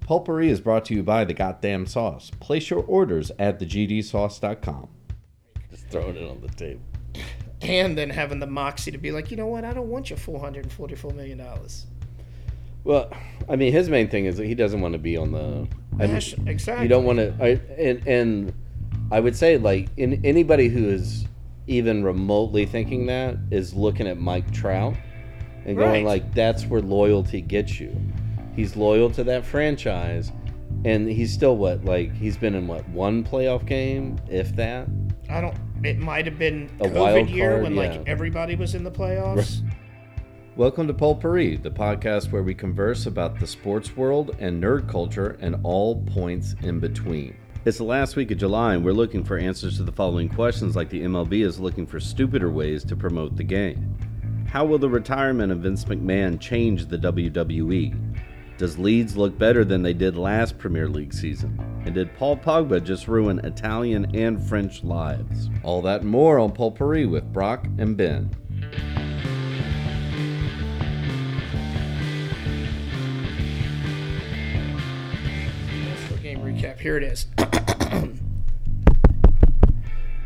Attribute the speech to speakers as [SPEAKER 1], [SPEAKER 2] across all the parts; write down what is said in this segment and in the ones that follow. [SPEAKER 1] Pulpery is brought to you by the Goddamn Sauce. Place your orders at thegdsauce.com.
[SPEAKER 2] Just throwing it on the table.
[SPEAKER 3] and then having the moxie to be like, you know what, I don't want your four hundred and forty-four million dollars.
[SPEAKER 2] Well, I mean, his main thing is that he doesn't want to be on the. I mean,
[SPEAKER 3] Nash- exactly.
[SPEAKER 2] you don't want to. I, and and I would say like in anybody who is even remotely thinking that is looking at Mike Trout and going
[SPEAKER 3] Right.
[SPEAKER 2] like, that's where loyalty gets you. He's loyal to that franchise, and he's still what like he's been in what one playoff game, if that.
[SPEAKER 3] I don't. It might have been
[SPEAKER 2] A
[SPEAKER 3] COVID
[SPEAKER 2] wild
[SPEAKER 3] year
[SPEAKER 2] card,
[SPEAKER 3] when
[SPEAKER 2] yeah.
[SPEAKER 3] like everybody was in the playoffs.
[SPEAKER 1] Welcome to Pulpery, the podcast where we converse about the sports world and nerd culture and all points in between. It's the last week of July, and we're looking for answers to the following questions like the MLB is looking for stupider ways to promote the game. How will the retirement of Vince McMahon change the WWE? Does Leeds look better than they did last Premier League season? And did Paul Pogba just ruin Italian and French lives? All that and more on Pulpery with Brock and Ben.
[SPEAKER 3] For game recap, here it is.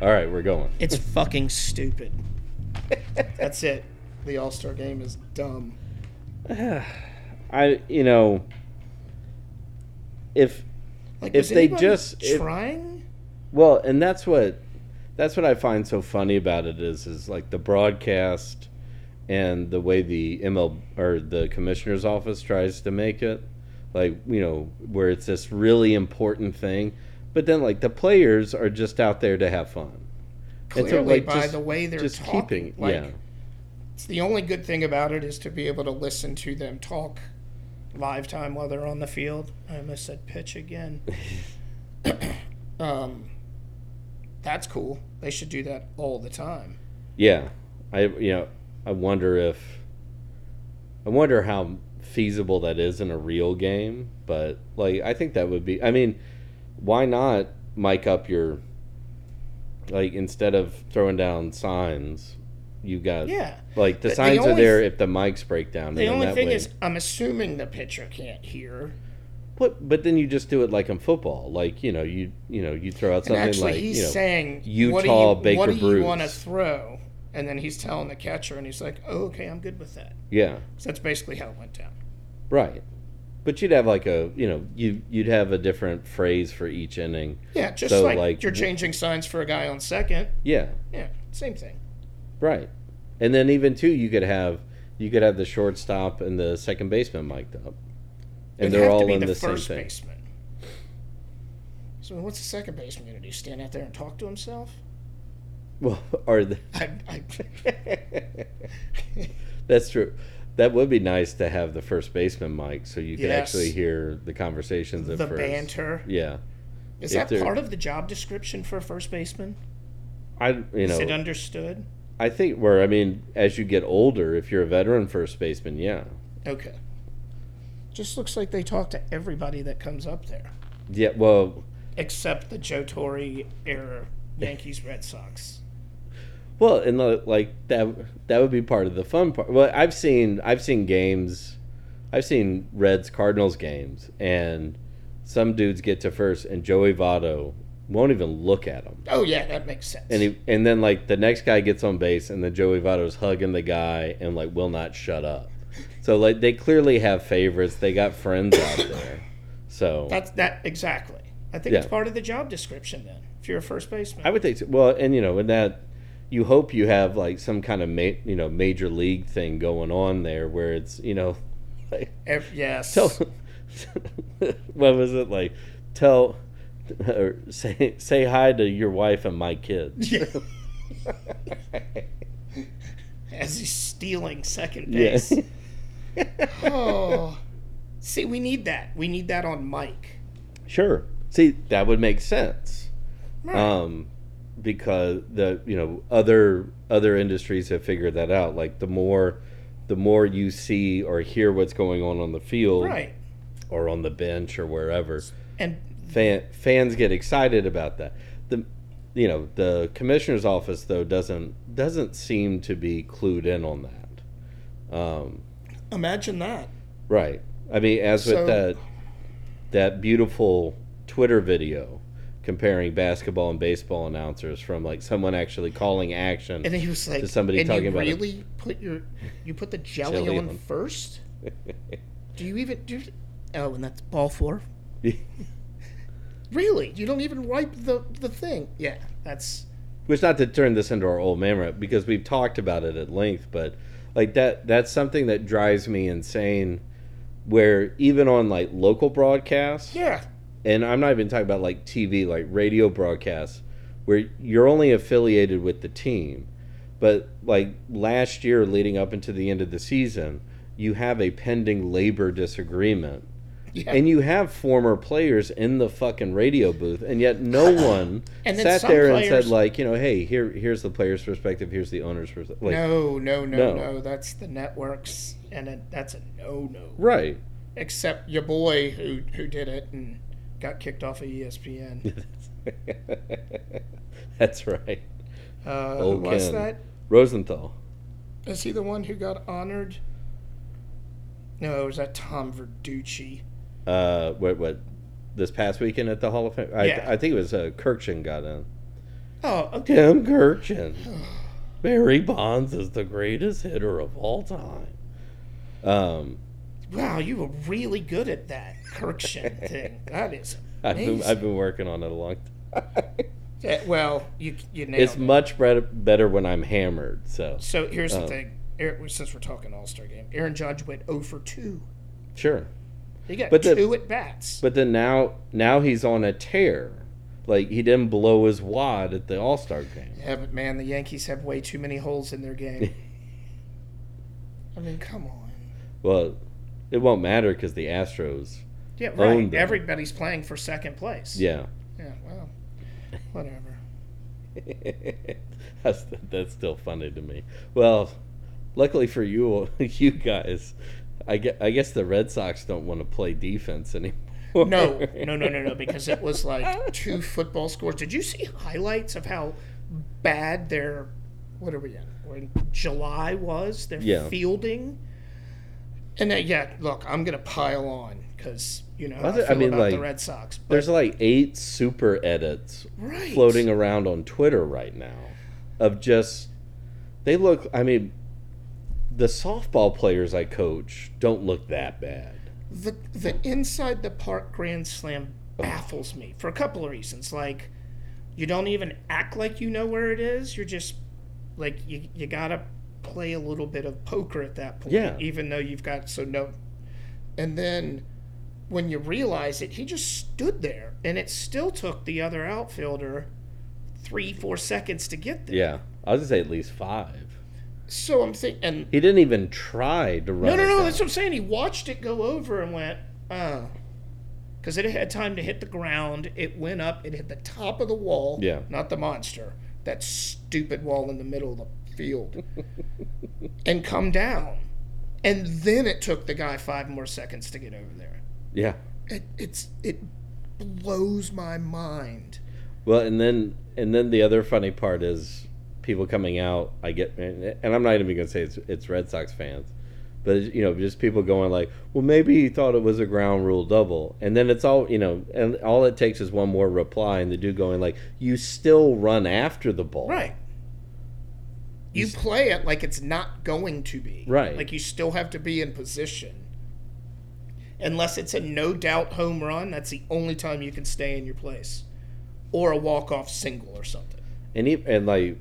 [SPEAKER 2] All right, we're going.
[SPEAKER 3] It's fucking stupid. That's it. The All Star game is dumb.
[SPEAKER 2] I you know if
[SPEAKER 3] Like,
[SPEAKER 2] If
[SPEAKER 3] was
[SPEAKER 2] they
[SPEAKER 3] anybody
[SPEAKER 2] just- if-
[SPEAKER 3] trying.
[SPEAKER 2] Well, and that's what that's what I find so funny about it is is like the broadcast and the way the ML or the commissioner's office tries to make it like, you know, where it's this really important thing, but then like the players are just out there to have fun. And
[SPEAKER 3] clearly
[SPEAKER 2] so, like,
[SPEAKER 3] by
[SPEAKER 2] just-
[SPEAKER 3] the way they're
[SPEAKER 2] just
[SPEAKER 3] talking.
[SPEAKER 2] keeping
[SPEAKER 3] like,
[SPEAKER 2] yeah.
[SPEAKER 3] It's the only good thing about it is to be able to listen to them talk live time while they're on the field. I almost said pitch again. um, that's cool. They should do that all the time.
[SPEAKER 2] Yeah. I you know, I wonder if I wonder how feasible that is in a real game, but like I think that would be I mean, why not mic up your like instead of throwing down signs, you got
[SPEAKER 3] Yeah.
[SPEAKER 2] like the
[SPEAKER 3] The- the
[SPEAKER 2] signs are
[SPEAKER 3] only-
[SPEAKER 2] there if the mics break down.
[SPEAKER 3] The
[SPEAKER 2] and then
[SPEAKER 3] only
[SPEAKER 2] that
[SPEAKER 3] thing
[SPEAKER 2] way-
[SPEAKER 3] is, I'm assuming the pitcher can't hear.
[SPEAKER 2] but but then you just do it like in football, like you know you you know you throw out
[SPEAKER 3] And
[SPEAKER 2] something
[SPEAKER 3] actually,
[SPEAKER 2] like
[SPEAKER 3] he's
[SPEAKER 2] you know
[SPEAKER 3] saying, "What do
[SPEAKER 2] Utah
[SPEAKER 3] you,
[SPEAKER 2] Baker
[SPEAKER 3] what do you
[SPEAKER 2] Bruce."
[SPEAKER 3] want to throw?" And then he's telling the catcher, and he's like, oh, "Okay, I'm good with that."
[SPEAKER 2] yeah
[SPEAKER 3] So that's basically how it went down.
[SPEAKER 2] right, but you'd have like a you know you you'd have a different phrase for each inning.
[SPEAKER 3] Yeah, just
[SPEAKER 2] So,
[SPEAKER 3] like,
[SPEAKER 2] like,
[SPEAKER 3] you're
[SPEAKER 2] w-
[SPEAKER 3] changing signs for a guy on second.
[SPEAKER 2] Yeah,
[SPEAKER 3] Yeah, same thing.
[SPEAKER 2] Right. And then even too, you could have you could have the shortstop and the second baseman mic'd up, and
[SPEAKER 3] It'd
[SPEAKER 2] they're
[SPEAKER 3] have to
[SPEAKER 2] all
[SPEAKER 3] be
[SPEAKER 2] in the, same
[SPEAKER 3] first
[SPEAKER 2] thing.
[SPEAKER 3] Baseman. So what's the second baseman gonna do? Stand out there and talk to himself?
[SPEAKER 2] Well, are the,
[SPEAKER 3] I, I,
[SPEAKER 2] that's true. That would be nice to have the first baseman mic, so you could
[SPEAKER 3] Yes.
[SPEAKER 2] actually hear the conversations at
[SPEAKER 3] the
[SPEAKER 2] first.
[SPEAKER 3] banter
[SPEAKER 2] Yeah,
[SPEAKER 3] is
[SPEAKER 2] If
[SPEAKER 3] that
[SPEAKER 2] they're-
[SPEAKER 3] part of the job description for a first baseman?
[SPEAKER 2] I you know
[SPEAKER 3] is it understood?
[SPEAKER 2] I think where I mean as you get older, if you're a veteran first baseman, yeah,
[SPEAKER 3] Okay. Just looks like they talk to everybody that comes up there,
[SPEAKER 2] yeah. Well,
[SPEAKER 3] except the Joe Torre era Yankees Red Sox.
[SPEAKER 2] Well, and li- like that that would be part of the fun part. Well, I've seen I've seen games, I've seen Reds Cardinals games, and some dudes get to first, and Joey Votto won't even look at him,
[SPEAKER 3] Oh yeah, that makes sense.
[SPEAKER 2] and he and then like the next guy gets on base, and then Joey Votto's hugging the guy and like will not shut up. So like they clearly have favorites. They got friends out there. So
[SPEAKER 3] That's that exactly. I think it's
[SPEAKER 2] Yeah.
[SPEAKER 3] part of the job description then. If you're a first baseman,
[SPEAKER 2] I would think so. well, and you know, in that you hope you have like some kind of ma- you know major league thing going on there where it's you know like
[SPEAKER 3] Ev- yes.
[SPEAKER 2] tell what was it like tell or say say hi to your wife and my kids.
[SPEAKER 3] Yeah. As he's stealing second
[SPEAKER 2] Yes.
[SPEAKER 3] base. oh, see, we need that. We need that on Mike.
[SPEAKER 2] sure. See, that would make sense.
[SPEAKER 3] Right.
[SPEAKER 2] um, because the you know other other industries have figured that out. Like the more the more you see or hear what's going on on the field
[SPEAKER 3] right.
[SPEAKER 2] or on the bench or wherever,
[SPEAKER 3] And
[SPEAKER 2] fan, fans get excited about that. The you know the commissioner's office though doesn't doesn't seem to be clued in on that. Um,
[SPEAKER 3] imagine that.
[SPEAKER 2] right. I mean, as
[SPEAKER 3] So-
[SPEAKER 2] with that that beautiful Twitter video comparing basketball and baseball announcers from like someone actually calling action.
[SPEAKER 3] And he was like,
[SPEAKER 2] To somebody
[SPEAKER 3] and
[SPEAKER 2] talking
[SPEAKER 3] you
[SPEAKER 2] about it."
[SPEAKER 3] really put your you put the jelly,
[SPEAKER 2] Jelly
[SPEAKER 3] on,
[SPEAKER 2] on.
[SPEAKER 3] first? Do you even do? Oh, and that's ball four. Really? You don't even wipe the the thing? Yeah, that's
[SPEAKER 2] which not to turn this into our old man rant because we've talked about it at length but like that that's something that drives me insane where even on like local broadcasts
[SPEAKER 3] yeah.
[SPEAKER 2] and i'm not even talking about like tv like radio broadcasts where you're only affiliated with the team but like last year leading up into the end of the season you have a pending labor disagreement
[SPEAKER 3] yeah.
[SPEAKER 2] and you have former players in the fucking radio booth, and yet no one
[SPEAKER 3] And then
[SPEAKER 2] sat
[SPEAKER 3] some
[SPEAKER 2] there and
[SPEAKER 3] players-
[SPEAKER 2] said like, you know, hey, here here's the player's perspective, here's the owner's perspective. Like,
[SPEAKER 3] no, no, no, no,
[SPEAKER 2] no.
[SPEAKER 3] That's the networks, and it, that's a no, no.
[SPEAKER 2] Right.
[SPEAKER 3] Except your boy who who did it and got kicked off of E ESPN.
[SPEAKER 2] That's right.
[SPEAKER 3] Uh, who
[SPEAKER 2] Old
[SPEAKER 3] was
[SPEAKER 2] Oh, Ken.
[SPEAKER 3] that?
[SPEAKER 2] Rosenthal.
[SPEAKER 3] Is he the one who got honored? No, was that Tom Verducci?
[SPEAKER 2] Uh, what what? This past weekend at the Hall of Fame, I,
[SPEAKER 3] Yeah.
[SPEAKER 2] I think it was uh, Kirkshin got in.
[SPEAKER 3] Oh, okay.
[SPEAKER 2] Tim Kirkshin. Barry Bonds is the greatest hitter of all time. Um,
[SPEAKER 3] Wow, you were really good at that Kirkshin thing. That is
[SPEAKER 2] I've
[SPEAKER 3] amazing.
[SPEAKER 2] been, I've been working on it a long time.
[SPEAKER 3] Yeah, well, you you nailed
[SPEAKER 2] It's
[SPEAKER 3] it.
[SPEAKER 2] much better better when I'm hammered. So
[SPEAKER 3] so here's the
[SPEAKER 2] Oh.
[SPEAKER 3] thing. Aaron, since we're talking All Star game, Aaron Judge went 0 for 2.
[SPEAKER 2] sure,
[SPEAKER 3] He got
[SPEAKER 2] But the-
[SPEAKER 3] two at bats.
[SPEAKER 2] but then now now he's on a tear. Like he didn't blow his wad at the All Star game.
[SPEAKER 3] Yeah, but man, the Yankees have way too many holes in their game. I mean, come on.
[SPEAKER 2] Well, it won't matter because the Astros.
[SPEAKER 3] Yeah,
[SPEAKER 2] Owned
[SPEAKER 3] right.
[SPEAKER 2] them.
[SPEAKER 3] Everybody's playing for second place.
[SPEAKER 2] Yeah,
[SPEAKER 3] Yeah, well, whatever.
[SPEAKER 2] that's that's still funny to me. Well, luckily for you you guys, I guess, I guess the Red Sox don't want to play defense anymore.
[SPEAKER 3] No, no, no, no, no, because it was like two football scores. Did you see highlights of how bad their, what are we in? We're in July was, their
[SPEAKER 2] Yeah.
[SPEAKER 3] fielding? And then, yeah, look, I'm going to pile on because, you know, how I,
[SPEAKER 2] Was it- I
[SPEAKER 3] feel
[SPEAKER 2] mean,
[SPEAKER 3] about the
[SPEAKER 2] like,
[SPEAKER 3] Red Sox. But,
[SPEAKER 2] There's like eight super edits
[SPEAKER 3] right.
[SPEAKER 2] floating around on Twitter right now of just they look I mean the softball players I coach don't look that bad.
[SPEAKER 3] the the inside the park grand slam baffles me for a couple of reasons. Like, you don't even act like you know where it is. You're just like you you gotta play a little bit of poker at that point,
[SPEAKER 2] Yeah.
[SPEAKER 3] even though you've got so no. And then when you realize it, he just stood there, and it still took the other outfielder three four seconds to get there.
[SPEAKER 2] Yeah. I was gonna say at least five.
[SPEAKER 3] So I'm thinking, and
[SPEAKER 2] He didn't even try to run.
[SPEAKER 3] No, no,
[SPEAKER 2] it
[SPEAKER 3] no.
[SPEAKER 2] down.
[SPEAKER 3] That's what I'm saying. He watched it go over and went, oh. Because it had time to hit the ground. It went up. It hit the top of the wall.
[SPEAKER 2] Yeah.
[SPEAKER 3] Not the monster. That stupid wall in the middle of the field. and come down. And then it took the guy five more seconds to get over there.
[SPEAKER 2] Yeah.
[SPEAKER 3] It, it's it blows my mind.
[SPEAKER 2] Well, and then and then the other funny part is people coming out. I get, and and I'm not even gonna say it's it's Red Sox fans, but you know, just people going like, well, maybe he thought it was a ground rule double, and then it's all you know, and all it takes is one more reply, and the dude going like, you still run after the ball,
[SPEAKER 3] Right. You play it like it's not going to be.
[SPEAKER 2] Right.
[SPEAKER 3] Like you still have to be in position. Unless it's a no doubt home run, that's the only time you can stay in your place. Or a walk off single or something.
[SPEAKER 2] And he, and like,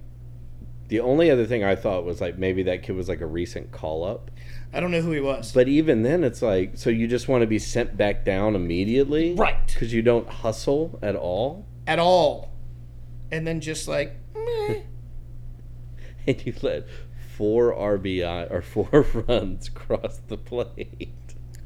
[SPEAKER 2] the only other thing I thought was like maybe that kid was like a recent call up,
[SPEAKER 3] I don't know who he was.
[SPEAKER 2] but even then, it's like, so you just want to be sent back down immediately,
[SPEAKER 3] right.
[SPEAKER 2] Because you don't hustle at all.
[SPEAKER 3] At all. And then just like, meh.
[SPEAKER 2] and you let four RBI or four runs cross the plate.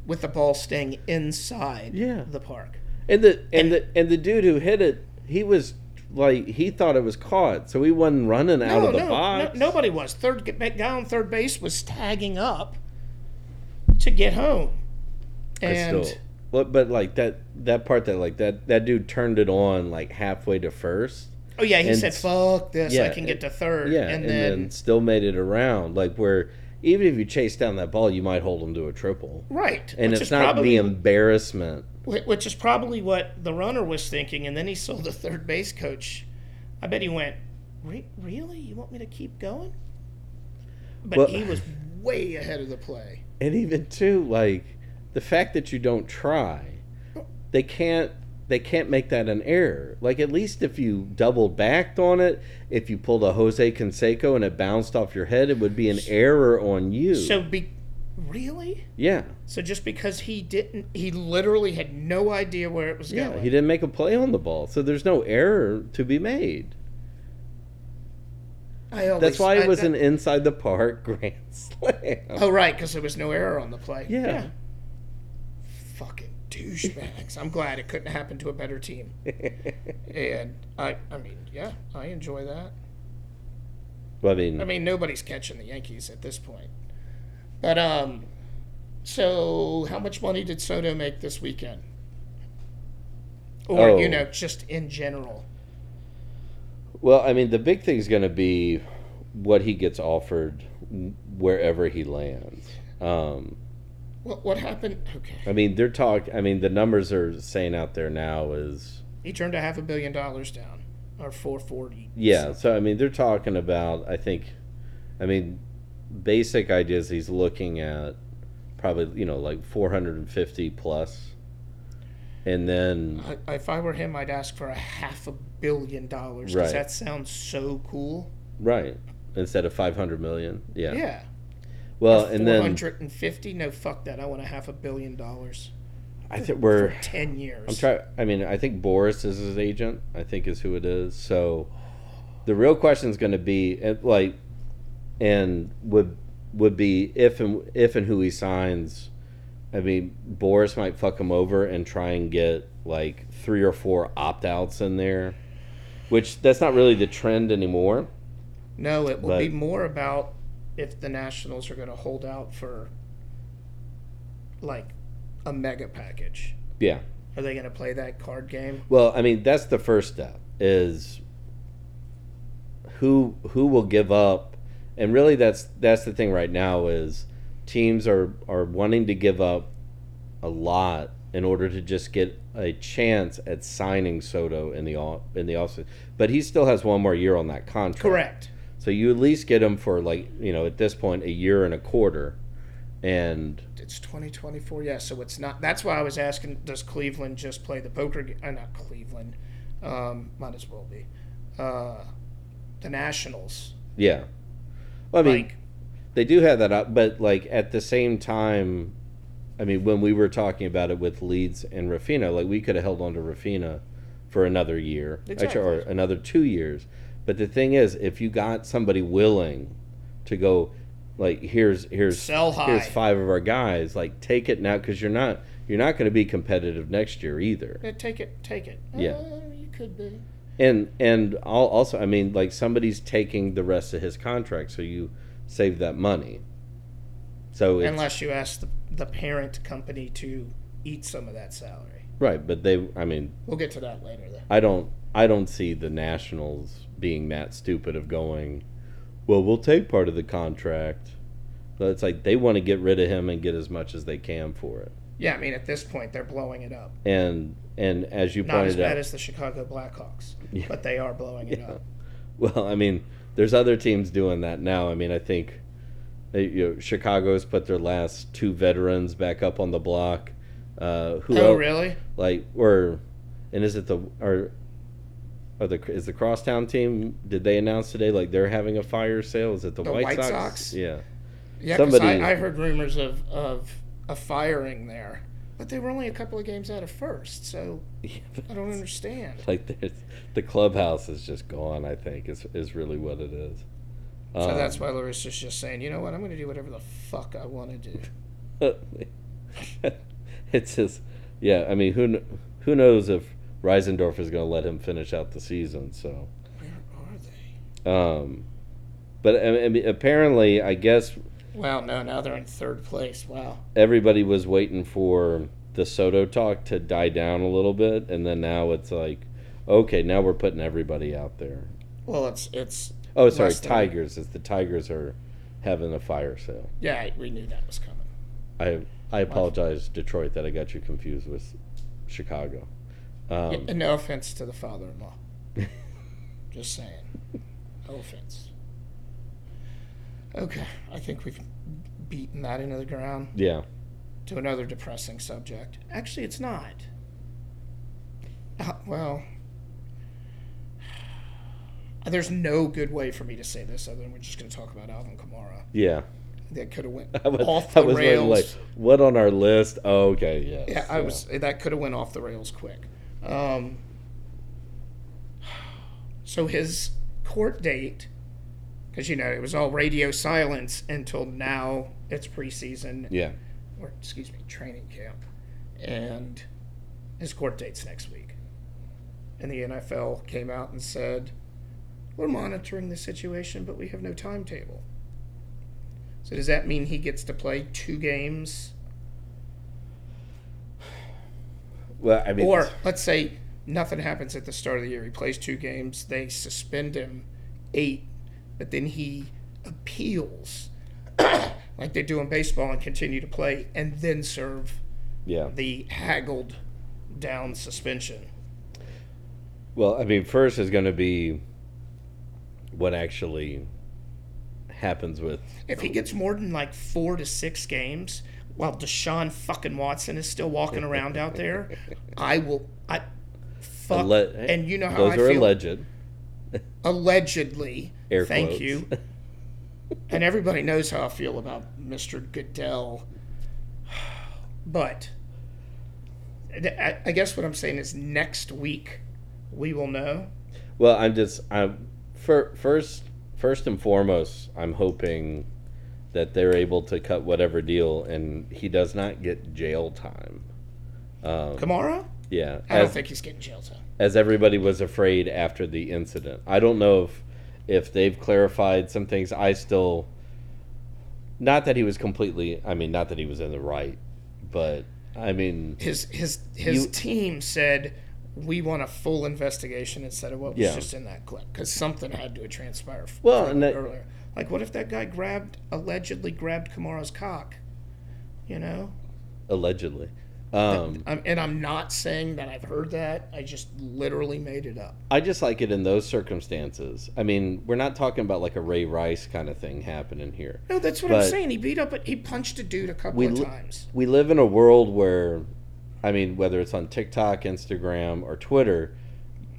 [SPEAKER 3] with the ball staying inside
[SPEAKER 2] Yeah.
[SPEAKER 3] the park.
[SPEAKER 2] And the and the and the dude who hit it, he was like he thought it was caught, so he wasn't running out
[SPEAKER 3] no,
[SPEAKER 2] of the
[SPEAKER 3] no,
[SPEAKER 2] box.
[SPEAKER 3] No, nobody was. Third get back down. Third base was tagging up to get home,
[SPEAKER 2] I
[SPEAKER 3] and
[SPEAKER 2] still, but but like that that part that like that that dude turned it on like halfway to first.
[SPEAKER 3] oh yeah, he
[SPEAKER 2] and-
[SPEAKER 3] said, "Fuck this! I
[SPEAKER 2] yeah,
[SPEAKER 3] can get to third.
[SPEAKER 2] Yeah,
[SPEAKER 3] and,
[SPEAKER 2] and,
[SPEAKER 3] then,
[SPEAKER 2] then still made it around. Like where even if you chase down that ball, you might hold him to a triple.
[SPEAKER 3] right,
[SPEAKER 2] And
[SPEAKER 3] which
[SPEAKER 2] it's
[SPEAKER 3] is
[SPEAKER 2] not
[SPEAKER 3] probably
[SPEAKER 2] the embarrassment
[SPEAKER 3] Wh- Which is probably what the runner was thinking, and then he sold the third base coach. I bet he went, Re- "Really? You want me to keep going?" But
[SPEAKER 2] Well-
[SPEAKER 3] he was way ahead of the play.
[SPEAKER 2] and even too like the fact that you don't try they can't they can't make that an error like at least if you double backed on it if you pulled a jose canseco and it bounced off your head it would be an error on you
[SPEAKER 3] So, be- really?
[SPEAKER 2] yeah
[SPEAKER 3] So just because he didn't, he literally had no idea where it was
[SPEAKER 2] yeah
[SPEAKER 3] going.
[SPEAKER 2] he didn't make a play on the ball so there's no error to be made
[SPEAKER 3] I always,
[SPEAKER 2] that's why it
[SPEAKER 3] I-
[SPEAKER 2] was
[SPEAKER 3] that-
[SPEAKER 2] an inside the park grand slam
[SPEAKER 3] Oh right, because there was no error on the play.
[SPEAKER 2] Yeah.
[SPEAKER 3] Fucking douchebags. I'm glad it couldn't happen to a better team. and I, I mean, yeah, I enjoy that.
[SPEAKER 2] Well, i mean
[SPEAKER 3] I mean, nobody's catching the Yankees at this point. But um, so how much money did Soto make this weekend? Or
[SPEAKER 2] Oh.
[SPEAKER 3] you know, just in general.
[SPEAKER 2] Well, I mean, the big thing's going to be what he gets offered wherever he lands. Um,
[SPEAKER 3] What what happened? Okay,
[SPEAKER 2] I mean, they're talk. I mean, the numbers are saying out there now is
[SPEAKER 3] he turned a half a billion dollars down, or four forty.
[SPEAKER 2] yeah. So I mean, they're talking about. I think, I mean, basic ideas. He's looking at probably you know like four hundred and fifty plus, and then
[SPEAKER 3] I- If I were him, I'd ask for a half a billion dollars because
[SPEAKER 2] Right.
[SPEAKER 3] that sounds so cool.
[SPEAKER 2] right instead of five hundred million. Yeah.
[SPEAKER 3] Yeah.
[SPEAKER 2] Well, and
[SPEAKER 3] Four
[SPEAKER 2] then
[SPEAKER 3] hundred and fifty? No, fuck that. I want a half a billion dollars
[SPEAKER 2] I think we're.
[SPEAKER 3] for ten years.
[SPEAKER 2] I'm trying. I mean, I think Boris is his agent. I think is who it is. So, the real question is going to be eh, like, and would would be if and if and who he signs. I mean, Boris might fuck him over and try and get like three or four opt outs in there, which that's not really the trend anymore.
[SPEAKER 3] No, it will
[SPEAKER 2] But-
[SPEAKER 3] be more about if the Nationals are going to hold out for like a mega package.
[SPEAKER 2] Yeah.
[SPEAKER 3] Are they going to play that card game?
[SPEAKER 2] Well, I mean, that's the first step is who who will give up, and really that's that's the thing right now is teams are are wanting to give up a lot in order to just get a chance at signing Soto in the off in the offseason. But he still has one more year on that contract.
[SPEAKER 3] Correct.
[SPEAKER 2] So you at least get him for like, you know, at this point a year and a quarter. And
[SPEAKER 3] It's 2024. Yeah, so it's not. That's why I was asking does Cleveland just play the poker game? Uh, not Cleveland. Um, might as well be. Uh, the Nationals.
[SPEAKER 2] yeah. Well, I mean,
[SPEAKER 3] like,
[SPEAKER 2] they do have that up, but like at the same time, I mean, when we were talking about it with Leeds and Rafina, like we could have held on to Rafina for another year, actually, or
[SPEAKER 3] Exactly.
[SPEAKER 2] another two years. But the thing is, if you got somebody willing to go, like here's here's
[SPEAKER 3] Sell high.
[SPEAKER 2] here's five of our guys, like take it now because you're not you're not going to be competitive next year either.
[SPEAKER 3] eh, take it, take it.
[SPEAKER 2] Yeah.
[SPEAKER 3] Uh, you could be.
[SPEAKER 2] And and al- also, I mean, like somebody's taking the rest of his contract, so you save that money. So it's,
[SPEAKER 3] Unless you ask the, the parent company to eat some of that salary.
[SPEAKER 2] Right, but they I mean,
[SPEAKER 3] We'll get to that later, though.
[SPEAKER 2] I don't I don't see the Nationals being that stupid of going, well, we'll take part of the contract. But it's like they want to get rid of him and get as much as they can for it.
[SPEAKER 3] Yeah, I mean, at this point, they're blowing it up.
[SPEAKER 2] And and as you
[SPEAKER 3] Not as
[SPEAKER 2] pointed
[SPEAKER 3] bad
[SPEAKER 2] out,
[SPEAKER 3] as the Chicago Blackhawks,
[SPEAKER 2] Yeah.
[SPEAKER 3] but they are blowing it
[SPEAKER 2] Yeah.
[SPEAKER 3] up.
[SPEAKER 2] well, I mean, there's other teams doing that now. I mean, I think uh, you know, Chicago's put their last two veterans back up on the block. Uh, who
[SPEAKER 3] Oh,
[SPEAKER 2] el-
[SPEAKER 3] really?
[SPEAKER 2] like or and is it the or are the is the crosstown team did they announce today like they're having a fire sale is it the,
[SPEAKER 3] The
[SPEAKER 2] white,
[SPEAKER 3] White
[SPEAKER 2] sox?
[SPEAKER 3] Sox?
[SPEAKER 2] yeah
[SPEAKER 3] Yeah, because
[SPEAKER 2] Somebody-
[SPEAKER 3] I, I heard rumors of, of a firing there, but they were only a couple of games out of first, so I don't understand.
[SPEAKER 2] like there's, the clubhouse is just gone i think is is really what it is
[SPEAKER 3] So
[SPEAKER 2] Um,
[SPEAKER 3] that's why Larissa's just saying, you know what, I'm going to do whatever the fuck I want to do.
[SPEAKER 2] it's just yeah i mean who kn- who knows if Reisendorf is going to let him finish out the season so
[SPEAKER 3] Where are they?
[SPEAKER 2] um but I I mean, apparently i guess
[SPEAKER 3] Wow, no, now they're in third place. Wow.
[SPEAKER 2] everybody was waiting for the Soto talk to die down a little bit, and then now it's like, okay, now we're putting everybody out there.
[SPEAKER 3] Well, it's it's
[SPEAKER 2] Oh, sorry,
[SPEAKER 3] Less than-
[SPEAKER 2] Tigers. It's the Tigers are having a fire sale.
[SPEAKER 3] yeah, we knew that was coming.
[SPEAKER 2] I I apologize, Detroit, that I got you confused with Chicago. Um,
[SPEAKER 3] Yeah, and no offense to the father-in-law. Just saying. No offense. Okay, I think we've beaten that into the ground
[SPEAKER 2] yeah.
[SPEAKER 3] to another depressing subject. Actually, it's not. Uh, well, there's no good way for me to say this other than we're just going to talk about Alvin Kamara.
[SPEAKER 2] Yeah.
[SPEAKER 3] That could have went
[SPEAKER 2] I was,
[SPEAKER 3] off
[SPEAKER 2] I
[SPEAKER 3] the
[SPEAKER 2] was like,
[SPEAKER 3] rails.
[SPEAKER 2] like, what on our list? Oh, okay, yes,
[SPEAKER 3] Yeah, I was. That could have went off the rails quick. Um, so his court date, because you know it was all radio silence until now. It's preseason,
[SPEAKER 2] Yeah,
[SPEAKER 3] or excuse me, training camp, and his court date's next week. And the NFL came out and said, "We're monitoring the situation, but we have no timetable." So does that mean he gets to play two games?
[SPEAKER 2] well, I mean,
[SPEAKER 3] Or let's say nothing happens at the start of the year. He plays two games. They suspend him eight, but then he appeals like they do in baseball and continue to play and then serve
[SPEAKER 2] yeah.
[SPEAKER 3] the haggled down suspension.
[SPEAKER 2] Well, I mean, first is going to be what actually happens with.
[SPEAKER 3] If he gets more than like four to six games while Deshaun fucking Watson is still walking around out there, I will. I fuck.
[SPEAKER 2] alle-
[SPEAKER 3] and you know how
[SPEAKER 2] those
[SPEAKER 3] Oh, I
[SPEAKER 2] are
[SPEAKER 3] feel.
[SPEAKER 2] alleged.
[SPEAKER 3] allegedly.
[SPEAKER 2] Air
[SPEAKER 3] thank
[SPEAKER 2] quotes.
[SPEAKER 3] you. and everybody knows how I feel about Mr. Goodell. But I I guess what I'm saying is next week we will know.
[SPEAKER 2] Well, I'm just I'm fir- first first and foremost, I'm hoping that they're able to cut whatever deal and he does not get jail time.
[SPEAKER 3] Kamara?
[SPEAKER 2] Yeah,
[SPEAKER 3] I don't
[SPEAKER 2] Oh. as,
[SPEAKER 3] think he's getting jail time.
[SPEAKER 2] as everybody was afraid after the incident. I don't know if if they've clarified some things. I still not that he was completely. I mean, not that he was in the right, but I mean,
[SPEAKER 3] His his his
[SPEAKER 2] You-
[SPEAKER 3] team said we want a full investigation instead of what was
[SPEAKER 2] Yeah.
[SPEAKER 3] just in that clip because something had to have transpired f-
[SPEAKER 2] Well,
[SPEAKER 3] from
[SPEAKER 2] and that-
[SPEAKER 3] earlier. Like, what if that guy grabbed allegedly grabbed Kamara's cock? You know,
[SPEAKER 2] allegedly. Um,
[SPEAKER 3] I'm, and I'm not saying that I've heard that. I just literally made it up.
[SPEAKER 2] I just like it in those circumstances. I mean, we're not talking about like a Ray Rice kind of thing happening here.
[SPEAKER 3] No, that's what I'm
[SPEAKER 2] But-
[SPEAKER 3] saying. He beat up. He punched a dude a couple
[SPEAKER 2] We
[SPEAKER 3] of
[SPEAKER 2] l-
[SPEAKER 3] times.
[SPEAKER 2] we live in a world where i mean whether it's on tiktok instagram or twitter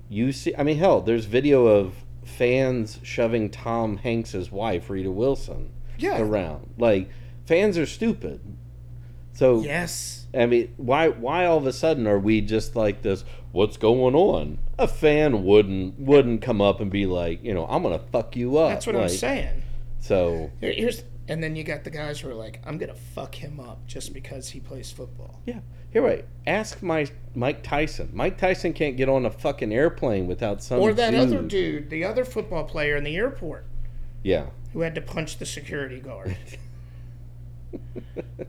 [SPEAKER 2] you see i mean hell there's video of fans shoving tom hanks's wife rita wilson
[SPEAKER 3] Yeah.
[SPEAKER 2] around like fans are stupid so
[SPEAKER 3] Yes.
[SPEAKER 2] i mean why why all of a sudden are we just like this what's going on a fan wouldn't wouldn't come up and be like you know i'm gonna fuck you up
[SPEAKER 3] That's what I'm
[SPEAKER 2] like,
[SPEAKER 3] saying.
[SPEAKER 2] so
[SPEAKER 3] Here- here's and then you got the guys who are like, I'm gonna fuck him up just because he plays football.
[SPEAKER 2] Yeah. Here, wait. Ask my Mike Tyson. Mike Tyson can't get on a fucking airplane without some
[SPEAKER 3] Or that
[SPEAKER 2] dude.
[SPEAKER 3] other dude, the other football player in the airport
[SPEAKER 2] Yeah.
[SPEAKER 3] who had to punch the security guard.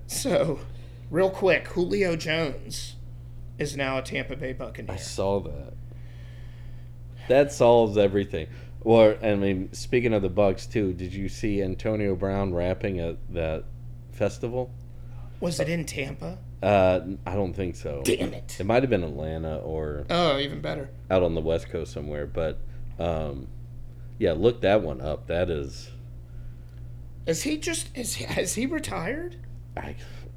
[SPEAKER 3] so, real quick, Julio Jones is now a Tampa Bay Buccaneer.
[SPEAKER 2] I saw that. That solves everything. Or I mean, speaking of the Bucks too, did you see Antonio Brown rapping at that festival?
[SPEAKER 3] Was it in Tampa?
[SPEAKER 2] Uh, I don't think so.
[SPEAKER 3] Damn it.
[SPEAKER 2] It might have been Atlanta or
[SPEAKER 3] Oh, even better.
[SPEAKER 2] out on the West Coast somewhere, but um, yeah, look that one up. That is,
[SPEAKER 3] Is he just is he, has he retired?
[SPEAKER 2] I,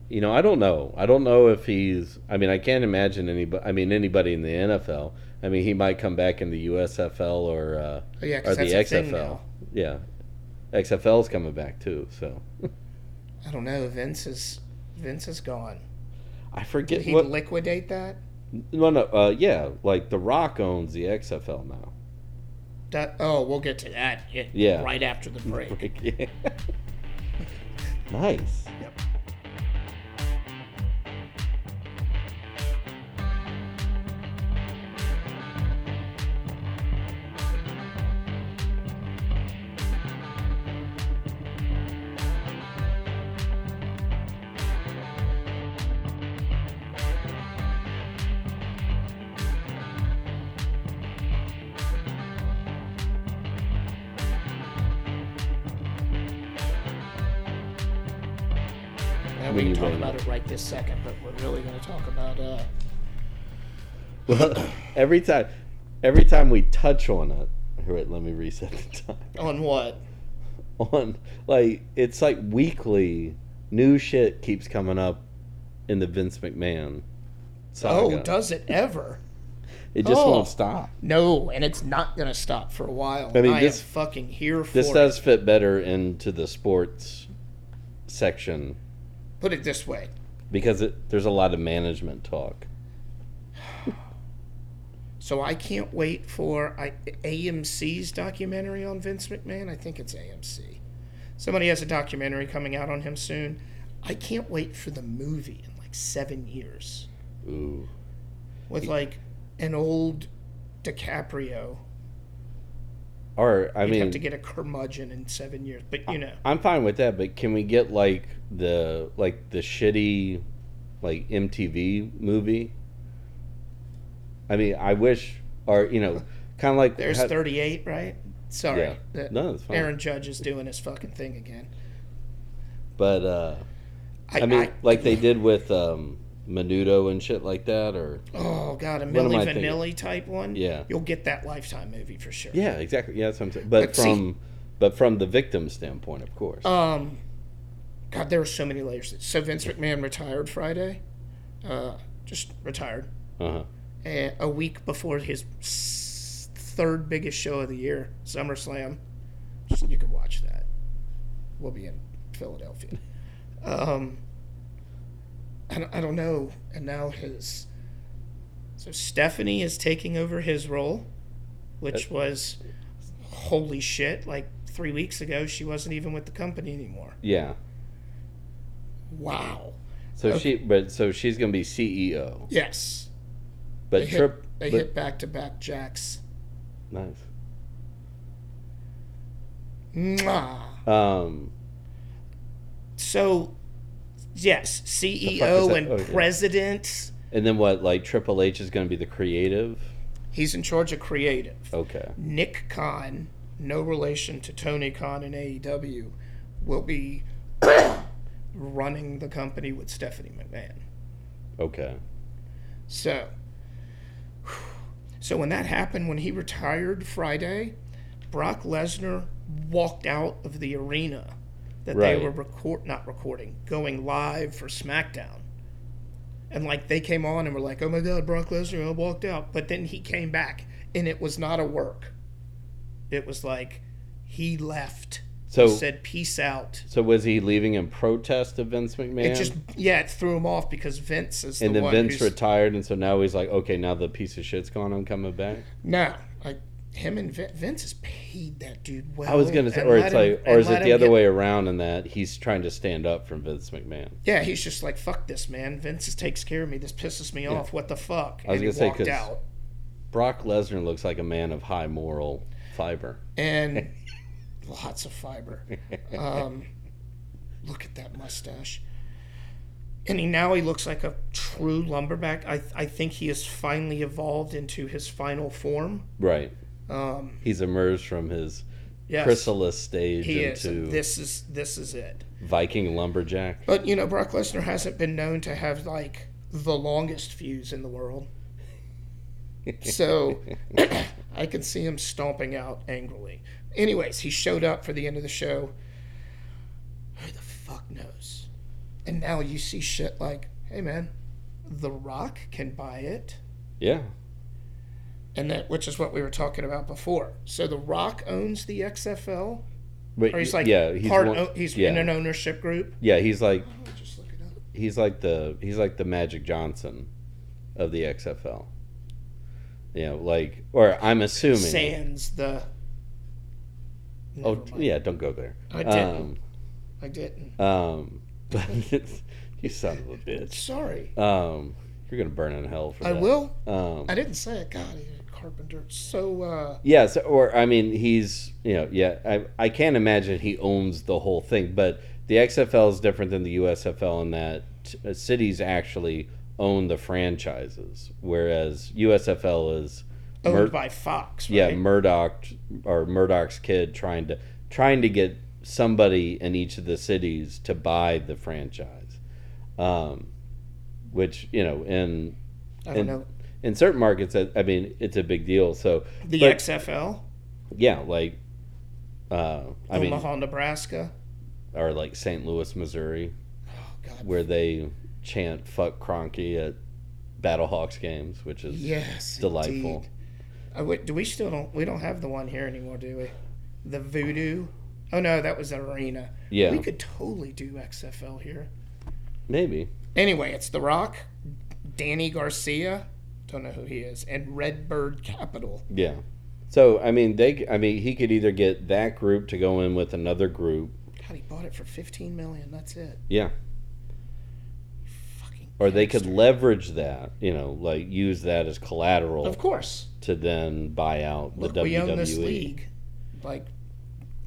[SPEAKER 2] you know, I don't know. I don't know if he's. I mean, I can't imagine anybody. I mean, anybody in the NFL. I mean, he might come back in the USFL or uh,
[SPEAKER 3] Oh, yeah, 'cause
[SPEAKER 2] or the
[SPEAKER 3] that's a thing
[SPEAKER 2] XFL.
[SPEAKER 3] now.
[SPEAKER 2] Yeah, XFL's coming back too. So
[SPEAKER 3] I don't know. Vince is Vince is gone.
[SPEAKER 2] I
[SPEAKER 3] Did
[SPEAKER 2] forget
[SPEAKER 3] he
[SPEAKER 2] what.
[SPEAKER 3] liquidate that?
[SPEAKER 2] No, no. Uh, yeah, like The Rock owns the XFL now.
[SPEAKER 3] That- Oh, we'll get to that. i-
[SPEAKER 2] Yeah.
[SPEAKER 3] Right after the break.
[SPEAKER 2] Yeah. nice.
[SPEAKER 3] And
[SPEAKER 2] We
[SPEAKER 3] we can
[SPEAKER 2] need
[SPEAKER 3] talk
[SPEAKER 2] one.
[SPEAKER 3] about it right this second, but we're really going to talk about uh,
[SPEAKER 2] Well, every time, every time we touch on it, here, wait, let me reset the time.
[SPEAKER 3] On what?
[SPEAKER 2] On like it's like weekly new shit keeps coming up in the Vince McMahon saga.
[SPEAKER 3] Oh, does it ever?
[SPEAKER 2] it just
[SPEAKER 3] oh.
[SPEAKER 2] won't stop.
[SPEAKER 3] No, and it's not gonna stop for a while.
[SPEAKER 2] I mean,
[SPEAKER 3] I
[SPEAKER 2] this-
[SPEAKER 3] am fucking here for
[SPEAKER 2] This
[SPEAKER 3] it.
[SPEAKER 2] does fit better into the sports section
[SPEAKER 3] Put it this way:
[SPEAKER 2] because it, there's a lot of management talk.
[SPEAKER 3] So I can't wait for I, AMC's documentary on Vince McMahon. I think it's AMC. Somebody has a documentary coming out on him soon. I can't wait for the movie in like seven years
[SPEAKER 2] Ooh,
[SPEAKER 3] with like an old DiCaprio.
[SPEAKER 2] or I
[SPEAKER 3] You'd
[SPEAKER 2] mean,
[SPEAKER 3] have to get a curmudgeon in seven years, but you know,
[SPEAKER 2] I'm fine with that, but can we get like the like the shitty like MTV movie? I mean, I wish or you know, kind of like
[SPEAKER 3] there's
[SPEAKER 2] how-
[SPEAKER 3] 38, right? Sorry,
[SPEAKER 2] Yeah.
[SPEAKER 3] that
[SPEAKER 2] No, it's fine.
[SPEAKER 3] Aaron Judge is doing his fucking thing again.
[SPEAKER 2] but uh I mean, like they did with um Menudo and shit like that or
[SPEAKER 3] oh god, a
[SPEAKER 2] am
[SPEAKER 3] Milli
[SPEAKER 2] I thinking?
[SPEAKER 3] Vanilli type one.
[SPEAKER 2] Yeah.
[SPEAKER 3] you'll get that Lifetime movie for sure.
[SPEAKER 2] Yeah, exactly. Yeah, that's what I'm saying. But
[SPEAKER 3] Let's see.
[SPEAKER 2] from but from the victim standpoint, of course.
[SPEAKER 3] Um, God, there were so many layers. So Vince McMahon retired Friday, uh, just retired
[SPEAKER 2] uh-huh.
[SPEAKER 3] uh, a week before his s- third biggest show of the year, SummerSlam. Just, you can watch that. We'll be in Philadelphia. Um, I don't, I don't know. And now his so Stephanie is taking over his role, which was holy shit. Like three weeks ago, she wasn't even with the company anymore.
[SPEAKER 2] Yeah.
[SPEAKER 3] Wow.
[SPEAKER 2] So she but so she's going to be CEO.
[SPEAKER 3] Yes.
[SPEAKER 2] But
[SPEAKER 3] They hit-
[SPEAKER 2] Trip
[SPEAKER 3] They
[SPEAKER 2] but-
[SPEAKER 3] hit back to back jacks.
[SPEAKER 2] nice.
[SPEAKER 3] Mwah.
[SPEAKER 2] Um
[SPEAKER 3] So, yes,
[SPEAKER 2] The fuck is
[SPEAKER 3] CEO
[SPEAKER 2] that?
[SPEAKER 3] and
[SPEAKER 2] Oh, yeah.
[SPEAKER 3] president.
[SPEAKER 2] And then what? Like Triple H is going to be the creative.
[SPEAKER 3] He's in charge of creative.
[SPEAKER 2] Okay.
[SPEAKER 3] Nick Khan, no relation to Tony Khan in AEW, will be running the company with Stephanie McMahon.
[SPEAKER 2] Okay.
[SPEAKER 3] So, so when that happened, when he retired Friday, Brock Lesnar walked out of the arena that
[SPEAKER 2] Right.
[SPEAKER 3] they were record not recording, going live for SmackDown. And like they came on and were like, "Oh my God, Brock Lesnar walked out," but then he came back, and it was not a work. It was like he left,
[SPEAKER 2] So
[SPEAKER 3] said peace out.
[SPEAKER 2] so was he leaving in protest of Vince McMahon?
[SPEAKER 3] It just yeah, it threw him off because Vince is the
[SPEAKER 2] and then
[SPEAKER 3] one
[SPEAKER 2] Vince
[SPEAKER 3] who's
[SPEAKER 2] retired, and so now he's like, okay, now the piece of shit's gone. I'm coming back.
[SPEAKER 3] No, like him and Vin- Vince has paid that dude well.
[SPEAKER 2] I was gonna say,
[SPEAKER 3] and
[SPEAKER 2] or it's
[SPEAKER 3] let him-
[SPEAKER 2] like,
[SPEAKER 3] and
[SPEAKER 2] or is it
[SPEAKER 3] let him
[SPEAKER 2] the other
[SPEAKER 3] get-
[SPEAKER 2] way around? In that he's trying to stand up from Vince McMahon.
[SPEAKER 3] Yeah, he's just like, fuck this, man. Vince is- takes care of me. This pisses me off. What the fuck?
[SPEAKER 2] I was
[SPEAKER 3] and
[SPEAKER 2] gonna say,
[SPEAKER 3] he
[SPEAKER 2] 'cause-
[SPEAKER 3] walked out.
[SPEAKER 2] Brock Lesnar looks like a man of high moral fiber.
[SPEAKER 3] And lots of fiber. Um, look at that mustache. And he now he looks like a true lumberback. I, I think he has finally evolved into his final form.
[SPEAKER 2] Right.
[SPEAKER 3] Um,
[SPEAKER 2] He's emerged from his
[SPEAKER 3] yes,
[SPEAKER 2] chrysalis stage
[SPEAKER 3] he is.
[SPEAKER 2] into
[SPEAKER 3] This is this is it.
[SPEAKER 2] Viking lumberjack.
[SPEAKER 3] But you know, Brock Lesnar hasn't been known to have like the longest fuse in the world. So I can see him stomping out angrily. Anyways, he showed up for the end of the show. Who the fuck knows? And now you see shit like, hey man, The Rock can buy it.
[SPEAKER 2] Yeah.
[SPEAKER 3] And that which is what we were talking about before. So The Rock owns the XFL.
[SPEAKER 2] But
[SPEAKER 3] Or he's like
[SPEAKER 2] yeah, he's
[SPEAKER 3] part
[SPEAKER 2] one-
[SPEAKER 3] o- he's
[SPEAKER 2] yeah.
[SPEAKER 3] in an ownership group.
[SPEAKER 2] yeah, he's like
[SPEAKER 3] Let me just look it up.
[SPEAKER 2] he's like the he's like the Magic Johnson of the XFL. You know, like or I'm assuming.
[SPEAKER 3] Sans the.
[SPEAKER 2] oh
[SPEAKER 3] Never mind.
[SPEAKER 2] yeah, um, don't go there.
[SPEAKER 3] I didn't. I didn't.
[SPEAKER 2] Um, um, but it's- you son of a bitch.
[SPEAKER 3] Sorry.
[SPEAKER 2] Um, you're gonna burn in hell for
[SPEAKER 3] I
[SPEAKER 2] that.
[SPEAKER 3] will.
[SPEAKER 2] Um,
[SPEAKER 3] I didn't say it. God, he- Carpenter. So, uh,
[SPEAKER 2] yes, or I mean, he's you know, yeah. I I can't imagine he owns the whole thing, but the XFL is different than the USFL in that uh, cities actually own the franchises, whereas USFL is
[SPEAKER 3] owned
[SPEAKER 2] mer-
[SPEAKER 3] by Fox, right?
[SPEAKER 2] yeah Murdoch or Murdoch's kid trying to trying to get somebody in each of the cities to buy the franchise, um, which you know in
[SPEAKER 3] I don't know.
[SPEAKER 2] in certain markets, I, I mean, it's a big deal. So
[SPEAKER 3] The
[SPEAKER 2] but,
[SPEAKER 3] XFL,
[SPEAKER 2] yeah, like uh, I mean,
[SPEAKER 3] Omaha, Nebraska.
[SPEAKER 2] or like St. Louis, Missouri,
[SPEAKER 3] Oh God.
[SPEAKER 2] where they chant "fuck Cronky" at Battlehawks games, which is
[SPEAKER 3] Yes.
[SPEAKER 2] delightful.
[SPEAKER 3] indeed. Uh, wait, do we still don't? We don't have the one here anymore, do we? The Voodoo. Oh no, that was arena.
[SPEAKER 2] Yeah,
[SPEAKER 3] We could totally do XFL here.
[SPEAKER 2] maybe.
[SPEAKER 3] Anyway, it's The Rock, Danny Garcia, don't know who he is, and Redbird Capital.
[SPEAKER 2] Yeah. So I mean, they. I mean, he could either get that group to go in with another group.
[SPEAKER 3] God, he bought it for 15 million. That's it.
[SPEAKER 2] Yeah.
[SPEAKER 3] Fucking.
[SPEAKER 2] Or they could
[SPEAKER 3] bastard.
[SPEAKER 2] leverage that, you know, like use that as collateral
[SPEAKER 3] Of course.
[SPEAKER 2] to then buy out the E.
[SPEAKER 3] Look,
[SPEAKER 2] WWE.
[SPEAKER 3] we own this league. Like,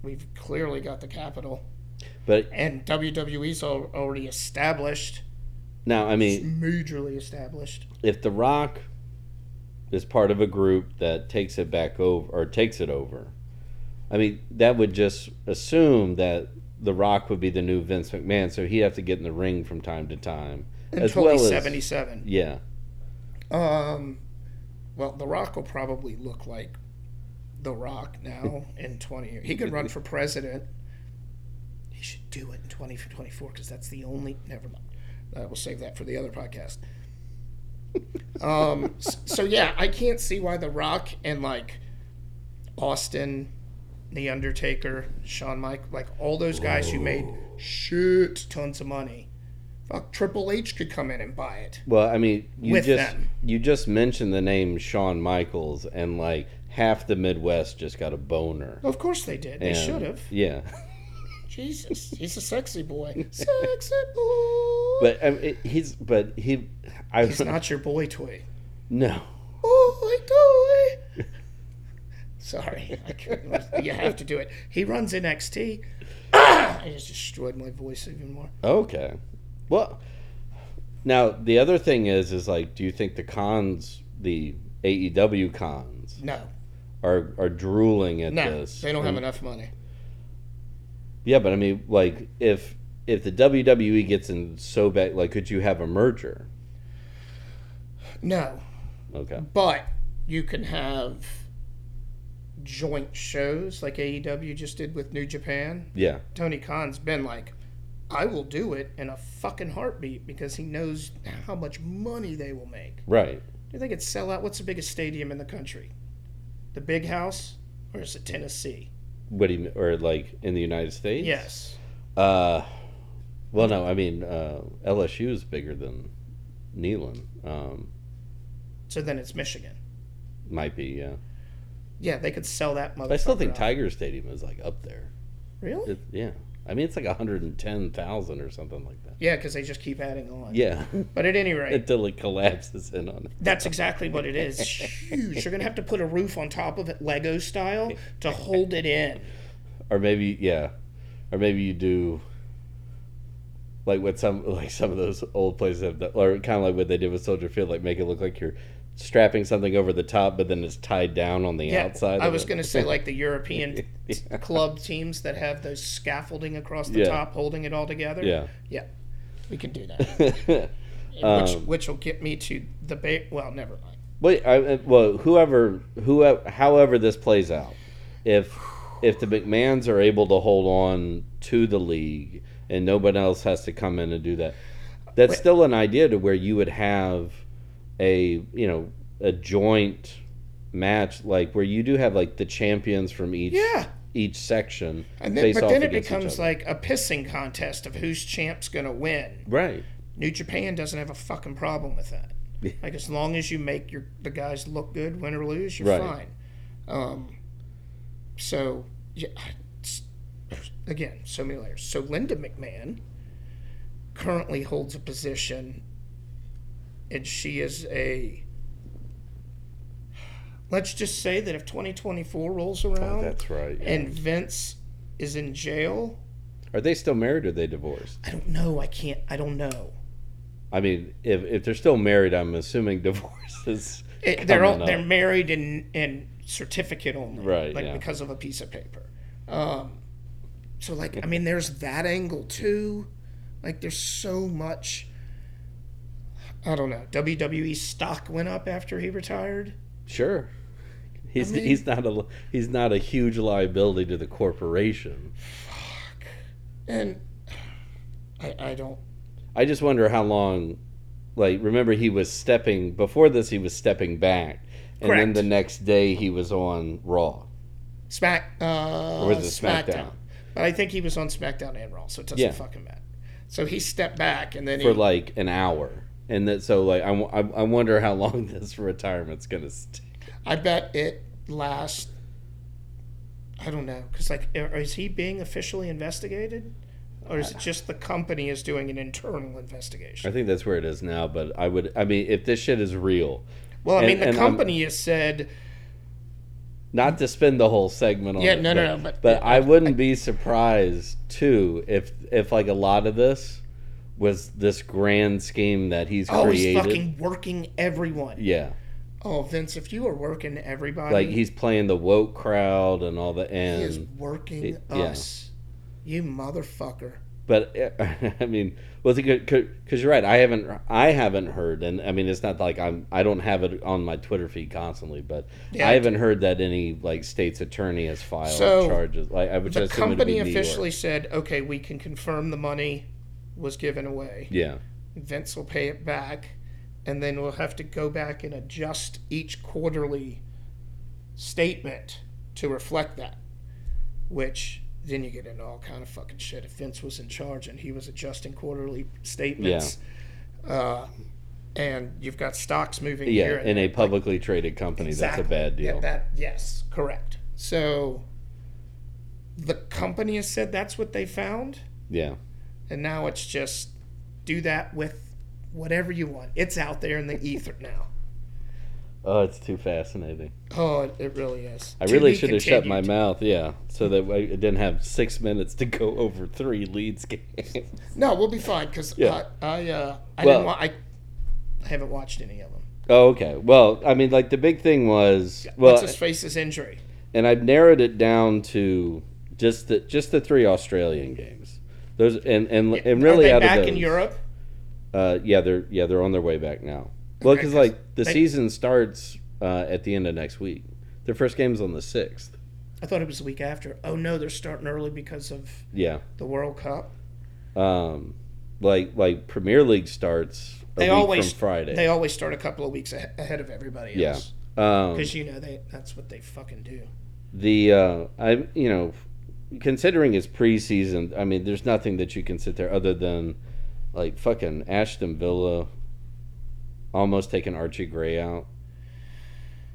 [SPEAKER 3] we've clearly got the capital,
[SPEAKER 2] But
[SPEAKER 3] and WWE's al- already established,
[SPEAKER 2] now, I mean,
[SPEAKER 3] majorly established.
[SPEAKER 2] if The Rock is part of a group that takes it back over or takes it over, I mean, that would just assume that The Rock would be the new Vince McMahon, so he'd have to get in the ring from time to time.
[SPEAKER 3] Until
[SPEAKER 2] as well
[SPEAKER 3] he's
[SPEAKER 2] as
[SPEAKER 3] 77.
[SPEAKER 2] yeah,
[SPEAKER 3] Um, well, The Rock will probably look like The Rock now in 20 years. He could run for president. He should do it in 2024 because that's the only. Never mind. I will save that for the other podcast. um, s- so, yeah, I can't see why The Rock and like Austin, The Undertaker, Shawn Mike, like all those guys who made shit tons of money. Fuck, Triple H could come in and buy it.
[SPEAKER 2] Well, I mean, you
[SPEAKER 3] With
[SPEAKER 2] just
[SPEAKER 3] them.
[SPEAKER 2] you just mentioned the name Shawn Michaels, and like half the Midwest just got a boner.
[SPEAKER 3] Of course they did. They
[SPEAKER 2] And-
[SPEAKER 3] should have.
[SPEAKER 2] Yeah,
[SPEAKER 3] Jesus, he's a sexy boy. Sexy boy.
[SPEAKER 2] but I mean, it- he's but he, I
[SPEAKER 3] he's not Oh, your boy toy.
[SPEAKER 2] no.
[SPEAKER 3] Boy toy. Sorry, I couldn't. you have to do it. He runs NXT. Ah! I just destroyed my voice even more.
[SPEAKER 2] Okay, well, now the other thing is, is like, do you think the cons, the AEW cons,
[SPEAKER 3] No,
[SPEAKER 2] are are drooling at
[SPEAKER 3] no,
[SPEAKER 2] this?
[SPEAKER 3] they don't have enough money.
[SPEAKER 2] Yeah, but I mean, like, if if the WWE gets in so bad, like, could you have a merger?
[SPEAKER 3] No,
[SPEAKER 2] Okay,
[SPEAKER 3] but you can have joint shows like AEW just did with New Japan.
[SPEAKER 2] yeah,
[SPEAKER 3] Tony Khan's been like, I will do it in a fucking heartbeat because he knows how much money they will make.
[SPEAKER 2] right.
[SPEAKER 3] Do they could sell out? What's the biggest stadium in the country? The Big House, or is it Tennessee?
[SPEAKER 2] What do you mean- or like in the United States?
[SPEAKER 3] Yes.
[SPEAKER 2] Uh, well, no, I mean uh, LSU is bigger than Neyland. Um,
[SPEAKER 3] So then it's Michigan.
[SPEAKER 2] might be, yeah.
[SPEAKER 3] Yeah, they could sell that motherfucker.
[SPEAKER 2] But I still think
[SPEAKER 3] out.
[SPEAKER 2] Tiger Stadium is like up there.
[SPEAKER 3] Really?
[SPEAKER 2] It, yeah, I mean it's like hundred and ten thousand or something like that.
[SPEAKER 3] Yeah, because they just keep adding on.
[SPEAKER 2] Yeah,
[SPEAKER 3] But at any rate,
[SPEAKER 2] until it collapses in on it.
[SPEAKER 3] that's exactly what it is. Huge. You're gonna have to put a roof on top of it, Lego style, to hold it in.
[SPEAKER 2] Or maybe, yeah, or maybe you do. Like what some like some of those old places have done, or kind of like what they did with Soldier Field, like make it look like you're strapping something over the top, but then it's tied down on the
[SPEAKER 3] Yeah,
[SPEAKER 2] outside.
[SPEAKER 3] I
[SPEAKER 2] of
[SPEAKER 3] was
[SPEAKER 2] it.
[SPEAKER 3] going to say like the European club teams that have those scaffolding across the
[SPEAKER 2] Yeah.
[SPEAKER 3] top, holding it all together.
[SPEAKER 2] Yeah.
[SPEAKER 3] yeah, we can do that.
[SPEAKER 2] well,
[SPEAKER 3] which
[SPEAKER 2] Um,
[SPEAKER 3] which will get me to the ba- well, never mind.
[SPEAKER 2] I, I- well, whoever, whoever, however this plays out, if if the McMahon's are able to hold on to the league and nobody else has to come in and do that, that's still an idea to where you would have a you know a joint match like where you do have like the champions from each
[SPEAKER 3] Yeah,
[SPEAKER 2] each section
[SPEAKER 3] and then, but
[SPEAKER 2] off
[SPEAKER 3] then it
[SPEAKER 2] against each
[SPEAKER 3] becomes
[SPEAKER 2] other.
[SPEAKER 3] like a pissing contest of whose champ's going to win.
[SPEAKER 2] right
[SPEAKER 3] New Japan doesn't have a fucking problem with that. Like as long as you make your the guys look good, win or lose, you're
[SPEAKER 2] Right.
[SPEAKER 3] fine. Um, so yeah, it's- again, so many layers. So Linda McMahon currently holds a position, and she is a. Let's just say that if 2024 rolls around
[SPEAKER 2] Oh, that's right yeah.
[SPEAKER 3] Oh, and Vince is in jail,
[SPEAKER 2] are they still married or are they divorced
[SPEAKER 3] I don't know. I can't. I don't know.
[SPEAKER 2] I mean, if if they're still married, I'm assuming divorce is
[SPEAKER 3] It, they're all,
[SPEAKER 2] coming
[SPEAKER 3] they're
[SPEAKER 2] up.
[SPEAKER 3] married in in certificate only,
[SPEAKER 2] uh, Right,
[SPEAKER 3] Like
[SPEAKER 2] yeah.
[SPEAKER 3] because of a piece of paper. Um, so like I mean, there's that angle too. Like there's so much. I don't know. WWE stock went up after he retired.
[SPEAKER 2] Sure. He's
[SPEAKER 3] mean-
[SPEAKER 2] he's not a he's not a huge liability to the corporation.
[SPEAKER 3] And I, I don't.
[SPEAKER 2] I just wonder how long like remember he was stepping before this he was stepping back and then
[SPEAKER 3] Correct.
[SPEAKER 2] the next day he was on Raw.
[SPEAKER 3] Smack. Uh,
[SPEAKER 2] Or was it SmackDown?
[SPEAKER 3] But I think he was on SmackDown and Raw, so it doesn't
[SPEAKER 2] Yeah.
[SPEAKER 3] fucking matter. So he stepped back and then
[SPEAKER 2] for
[SPEAKER 3] he.
[SPEAKER 2] like an hour. And that so like I, w- I- I wonder how long this retirement's going to stay.
[SPEAKER 3] I bet it lasts. I don't know, because like, i- is he being officially investigated, or
[SPEAKER 2] Uh,
[SPEAKER 3] is it just the company is doing an internal
[SPEAKER 2] I
[SPEAKER 3] investigation?
[SPEAKER 2] think that's where it is now, but I would I mean if this shit is real,
[SPEAKER 3] Well, I
[SPEAKER 2] and-
[SPEAKER 3] mean, the
[SPEAKER 2] and um, I'm-
[SPEAKER 3] company has said,
[SPEAKER 2] not to spend the whole segment on
[SPEAKER 3] Yeah,
[SPEAKER 2] it,
[SPEAKER 3] no,
[SPEAKER 2] but,
[SPEAKER 3] no, no, but-
[SPEAKER 2] I wouldn't be surprised too if if like a lot of this was this grand scheme that he's
[SPEAKER 3] "Oh, he's
[SPEAKER 2] created.
[SPEAKER 3] fucking working everyone."
[SPEAKER 2] yeah.
[SPEAKER 3] Oh, Vince, if you are working everybody,
[SPEAKER 2] Like he's playing the woke crowd and all the
[SPEAKER 3] he
[SPEAKER 2] and
[SPEAKER 3] is working
[SPEAKER 2] it- yeah.
[SPEAKER 3] us. You motherfucker.
[SPEAKER 2] but I mean, was it because you're right? I haven't, I haven't heard, and I mean, it's not like I'm, I don't have it on my Twitter feed constantly, but
[SPEAKER 3] Yeah,
[SPEAKER 2] I
[SPEAKER 3] I
[SPEAKER 2] haven't heard that any like state's attorney has filed
[SPEAKER 3] So,
[SPEAKER 2] charges. Like, I would
[SPEAKER 3] The
[SPEAKER 2] just assume it'd
[SPEAKER 3] company
[SPEAKER 2] be New York.
[SPEAKER 3] officially said, "Okay, we can confirm the money was given away."
[SPEAKER 2] yeah,
[SPEAKER 3] Vince will pay it back, and then we'll have to go back and adjust each quarterly statement to reflect that. Which then you get into all kind of fucking shit. If Vince was in charge and he was adjusting quarterly statements, uh, and you've got stocks moving
[SPEAKER 2] yeah,
[SPEAKER 3] here,
[SPEAKER 2] in a publicly traded company, that's a bad
[SPEAKER 3] Exactly.
[SPEAKER 2] deal.
[SPEAKER 3] Yeah, that yes, correct. So the company has said that's what they found
[SPEAKER 2] yeah,
[SPEAKER 3] and now it's just do that with whatever you want. It's out there in the ether now.
[SPEAKER 2] oh, it's too fascinating.
[SPEAKER 3] Oh, it, it really is.
[SPEAKER 2] I
[SPEAKER 3] To
[SPEAKER 2] really
[SPEAKER 3] be
[SPEAKER 2] should have shut my
[SPEAKER 3] continued.
[SPEAKER 2] mouth, yeah, so that I didn't have six minutes to go over three leads games.
[SPEAKER 3] No, we'll be fine because
[SPEAKER 2] Yeah.
[SPEAKER 3] I, I, uh, I
[SPEAKER 2] Well-
[SPEAKER 3] didn't. Wa- I, I haven't watched any of them.
[SPEAKER 2] oh, okay. Well, I mean, like the big thing was well,
[SPEAKER 3] What's his face's injury?
[SPEAKER 2] and I've narrowed it down to just the just the three Australian games. Those and and, and really
[SPEAKER 3] Are they
[SPEAKER 2] out
[SPEAKER 3] back
[SPEAKER 2] of those,
[SPEAKER 3] in Europe.
[SPEAKER 2] Uh, yeah, they're yeah they're on their way back now. Well,
[SPEAKER 3] Okay,
[SPEAKER 2] because
[SPEAKER 3] 'cause
[SPEAKER 2] like the
[SPEAKER 3] they-
[SPEAKER 2] season starts uh, at the end of next week. Their first game's on the sixth.
[SPEAKER 3] I thought it was the week after. Oh no, they're starting early because of
[SPEAKER 2] Yeah,
[SPEAKER 3] the World Cup.
[SPEAKER 2] um, like like Premier League starts a
[SPEAKER 3] They
[SPEAKER 2] week
[SPEAKER 3] always
[SPEAKER 2] from Friday.
[SPEAKER 3] They always start a couple of weeks ahe- ahead of everybody
[SPEAKER 2] Yeah.
[SPEAKER 3] else
[SPEAKER 2] um,
[SPEAKER 3] because you know they that's what they fucking do.
[SPEAKER 2] the uh, I you know considering it's preseason, I mean, there's nothing that you can sit there other than like fucking Ashton Villa almost taking Archie Gray out,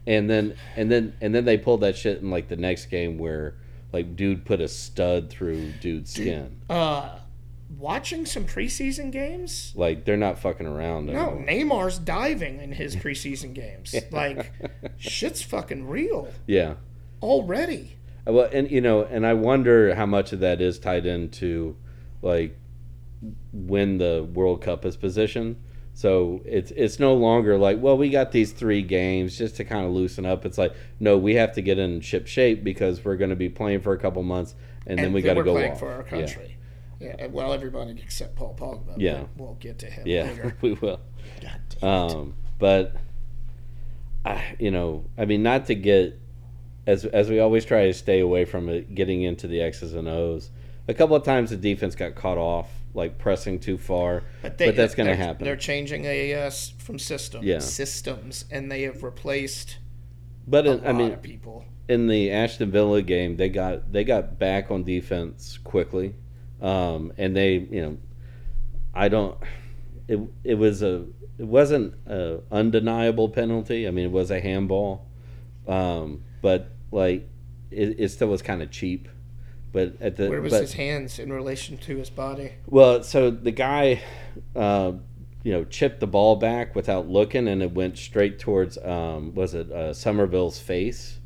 [SPEAKER 2] and then and then and then they pulled that shit in like the next game where like dude put a stud through dude's skin.
[SPEAKER 3] Uh, watching some preseason games.
[SPEAKER 2] Like they're not fucking around.
[SPEAKER 3] No,
[SPEAKER 2] anymore.
[SPEAKER 3] Neymar's diving in his preseason games. Like, shit's fucking real
[SPEAKER 2] Yeah.
[SPEAKER 3] already.
[SPEAKER 2] Well, and you know, and I wonder how much of that is tied into like when the World Cup is positioned. So it's it's no longer like, well, we got these three games just to kind of loosen up. It's like, no, we have to get in ship shape because we're going to be playing for a couple months, and, then we got to
[SPEAKER 3] we're
[SPEAKER 2] go
[SPEAKER 3] playing
[SPEAKER 2] off.
[SPEAKER 3] for our
[SPEAKER 2] Yeah.
[SPEAKER 3] country. Yeah. and- well, everybody except Paul Pogba. but
[SPEAKER 2] Yeah.
[SPEAKER 3] we'll get to him
[SPEAKER 2] Yeah,
[SPEAKER 3] later.
[SPEAKER 2] we will.
[SPEAKER 3] God damn.
[SPEAKER 2] Um, but I, you know, I mean, not to get as as we always try to stay away from it, getting into the X's and O's. A couple of times the defense got caught off, like pressing too far. But, that's going to
[SPEAKER 3] they're-
[SPEAKER 2] happen.
[SPEAKER 3] They're changing a uh, s- from system
[SPEAKER 2] Yeah.
[SPEAKER 3] systems, and they have replaced
[SPEAKER 2] but
[SPEAKER 3] a
[SPEAKER 2] in, I
[SPEAKER 3] lot
[SPEAKER 2] mean,
[SPEAKER 3] of people.
[SPEAKER 2] in the Ashton Villa game, they got they got back on defense quickly, um, and they you know, I don't. It it was a it wasn't a undeniable penalty. I mean, it was a handball, um, but like it, it still was kind of cheap. But at the
[SPEAKER 3] Where was
[SPEAKER 2] but,
[SPEAKER 3] his hands in relation to his body?
[SPEAKER 2] well, so the guy, uh, you know, chipped the ball back without looking, and it went straight towards um, was it uh, Somerville's face,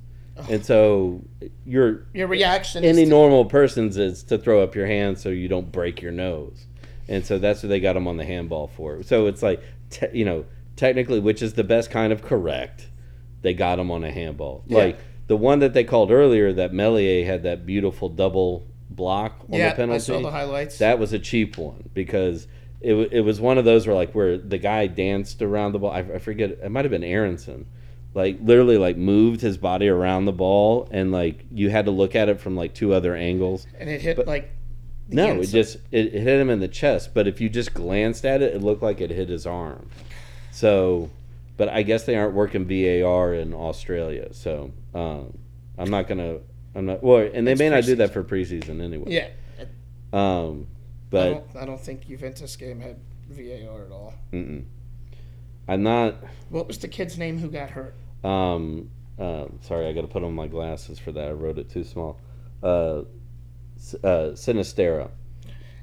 [SPEAKER 2] and so your
[SPEAKER 3] Your reaction is
[SPEAKER 2] any
[SPEAKER 3] to-
[SPEAKER 2] normal person's is to throw up your hand so you don't break your nose, and so that's what they got him on the handball for. So it's like te- you know, technically, which is the best kind of correct, they got him on a handball. Like the one that they called earlier, that Melier had that beautiful double block on
[SPEAKER 3] yeah,
[SPEAKER 2] the penalty.
[SPEAKER 3] I saw the highlights.
[SPEAKER 2] That was a cheap one because it, w- it was one of those where like where the guy danced around the ball. I, I forget. It might have been Aronson, like literally like moved his body around the ball, and like you had to look at it from like two other angles.
[SPEAKER 3] and it hit
[SPEAKER 2] But-
[SPEAKER 3] like the
[SPEAKER 2] No, it
[SPEAKER 3] inside.
[SPEAKER 2] just it, it hit him in the chest. But if you just glanced at it, it looked like it hit his arm. So, but I guess they aren't working VAR in Australia. So um, I'm not gonna. I'm not. Well, and they
[SPEAKER 3] It's
[SPEAKER 2] may not do that for preseason anyway.
[SPEAKER 3] yeah. Oh.
[SPEAKER 2] Um,
[SPEAKER 3] I
[SPEAKER 2] but
[SPEAKER 3] don't, I don't think Juventus game had VAR at all.
[SPEAKER 2] mm-mm. I'm not.
[SPEAKER 3] What was the kid's name who got hurt?
[SPEAKER 2] Um, uh, sorry, I got to put on my glasses for that. I wrote it too small. Uh, S- uh, Sinistera,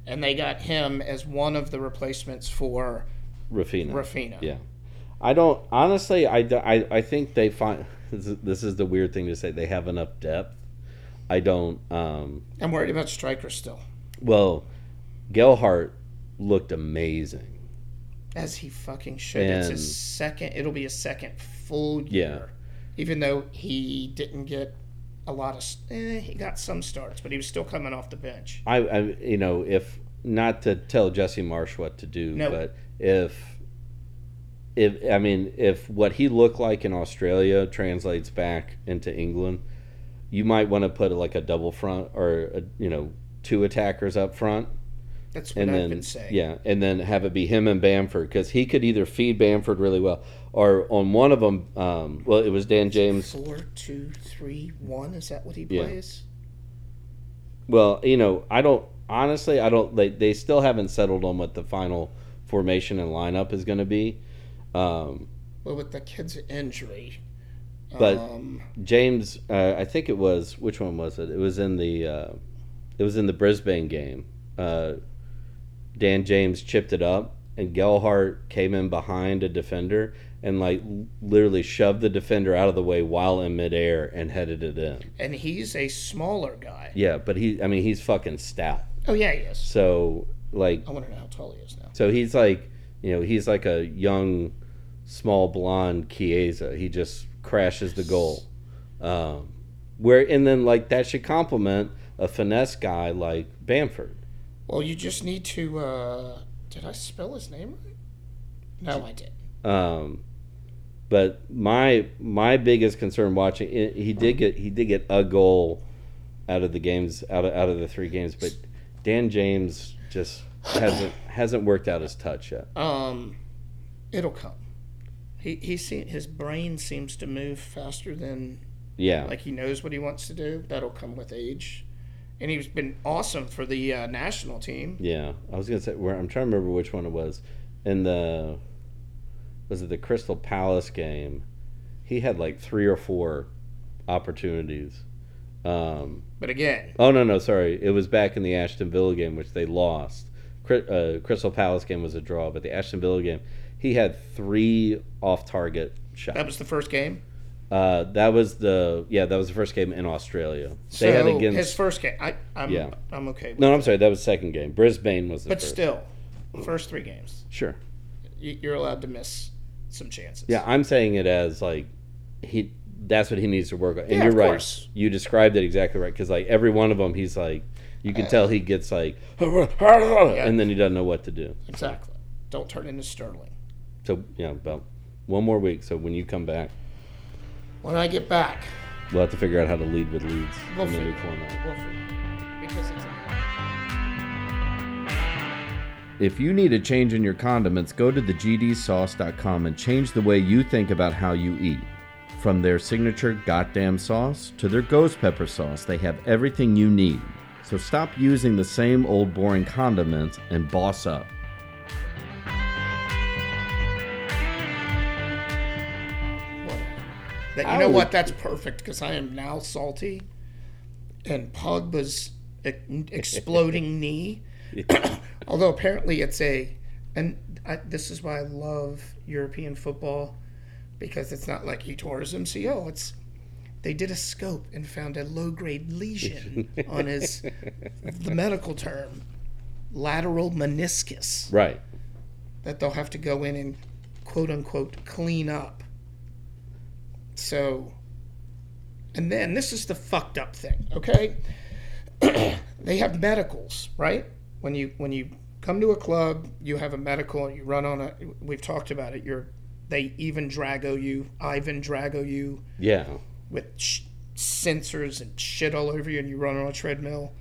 [SPEAKER 3] And they got him as one of the replacements for
[SPEAKER 2] Rafina.
[SPEAKER 3] Rafina.
[SPEAKER 2] Yeah. I don't honestly. I, d- I, I think they find this is- this is the weird thing to say. They have enough depth. I don't. Um,
[SPEAKER 3] I'm worried about strikers still,
[SPEAKER 2] well, Gelhart looked amazing.
[SPEAKER 3] as he fucking should. it's
[SPEAKER 2] And-
[SPEAKER 3] his second. It'll be his second full
[SPEAKER 2] Yeah.
[SPEAKER 3] year. Even though he didn't get a lot of, s- eh, he got some starts, but he was still coming off the bench.
[SPEAKER 2] I, I you know if not to tell Jesse Marsh what to do,
[SPEAKER 3] No.
[SPEAKER 2] but if if I mean if what he looked like in Australia translates back into England, you might want to put like a double front or a, you know two attackers up front
[SPEAKER 3] That's what
[SPEAKER 2] and
[SPEAKER 3] I've
[SPEAKER 2] then
[SPEAKER 3] been saying.
[SPEAKER 2] yeah, and then have it be him and Bamford because he could either feed Bamford really well or on one of them. Um, well, it was Dan James.
[SPEAKER 3] Four, two, three, one. Is that what he
[SPEAKER 2] Yeah.
[SPEAKER 3] plays?
[SPEAKER 2] Well, you know, I don't honestly. I don't. They they still haven't settled on what the final formation and lineup is going to be. Um,
[SPEAKER 3] Well, with the kid's injury.
[SPEAKER 2] But-
[SPEAKER 3] um,
[SPEAKER 2] James, uh, I think it was which one was it? It was in the uh, it was in the Brisbane game. Uh, Dan James chipped it up, and Gelhart came in behind a defender and like l- literally shoved the defender out of the way while in midair and headed it in.
[SPEAKER 3] and he's a smaller guy.
[SPEAKER 2] Yeah, but he, I mean, he's fucking stout.
[SPEAKER 3] Oh yeah, he is.
[SPEAKER 2] So like,
[SPEAKER 3] I want to know how tall he is now.
[SPEAKER 2] so he's like, you know, he's like a young, small blonde Chiesa. He just crashes the goal. Um, where and then like that should complement a finesse guy like Bamford.
[SPEAKER 3] Well, you just need to. Uh, did I spell his name right? No, I did.
[SPEAKER 2] Um, but my my biggest concern watching i he did get he did get a goal out of the games out of out of the three games, but Dan James just hasn't hasn't worked out his touch yet.
[SPEAKER 3] Um, it'll come. He he see, his brain seems to move faster than
[SPEAKER 2] Yeah,
[SPEAKER 3] like he knows what he wants to do. That'll come with age. And he's been awesome for the uh, national team.
[SPEAKER 2] yeah. I was gonna say where I'm trying to remember which one it was. In the was it the Crystal Palace game? He had like three or four opportunities. Um,
[SPEAKER 3] But again,
[SPEAKER 2] Oh no, no, sorry. It was back in the Ashton Villa game, which they lost. Cri- uh, Crystal Palace game was a draw, but the Ashton Villa game, he had three off-target shots.
[SPEAKER 3] that was the first game.
[SPEAKER 2] uh, that was the yeah, that was the first game in Australia.
[SPEAKER 3] So
[SPEAKER 2] They had against
[SPEAKER 3] his first game. I I'm
[SPEAKER 2] Yeah.
[SPEAKER 3] I'm okay. With
[SPEAKER 2] no,
[SPEAKER 3] it.
[SPEAKER 2] I'm sorry, that was second game. Brisbane was the
[SPEAKER 3] but
[SPEAKER 2] first.
[SPEAKER 3] still, first three games,
[SPEAKER 2] Sure.
[SPEAKER 3] you, you're allowed to miss some chances.
[SPEAKER 2] Yeah, I'm saying it as like he. That's what he needs to work on. And
[SPEAKER 3] Yeah,
[SPEAKER 2] you're
[SPEAKER 3] of
[SPEAKER 2] right.
[SPEAKER 3] course.
[SPEAKER 2] You described it exactly right because like every one of them, he's like, you
[SPEAKER 3] Uh,
[SPEAKER 2] can tell he gets like, and then he doesn't know what to do.
[SPEAKER 3] exactly. Don't turn into Sterling.
[SPEAKER 2] So yeah, about one more week. So when you come back,
[SPEAKER 3] When I get back,
[SPEAKER 2] we'll have to figure out how to lead with leads
[SPEAKER 3] We'll
[SPEAKER 2] in the new
[SPEAKER 3] figure-
[SPEAKER 2] format.
[SPEAKER 3] we'll figure- because it's.
[SPEAKER 1] If you need a change in your condiments, go to thegdsauce.com and change the way you think about how you eat. From their signature goddamn sauce to their ghost pepper sauce, they have everything you need. So stop using the same old boring condiments and boss up.
[SPEAKER 3] What? That you know what? That's perfect because I am now salty, and Pogba's e- exploding knee. Although apparently it's a, and I, this is why I love European football, because it's not like he tore his MCL. It's they did a scope and found a low grade lesion on his, the medical term, lateral meniscus
[SPEAKER 2] Right.
[SPEAKER 3] that they'll have to go in and quote unquote clean up. So, and then this is the fucked up thing, okay? they have medicals, right? When you when you come to a club, you have a medical, you run on a. We've talked about it. You're, they even Drago you, Ivan Drago you
[SPEAKER 2] Yeah.
[SPEAKER 3] with sh- sensors and shit all over you, and you run on a treadmill.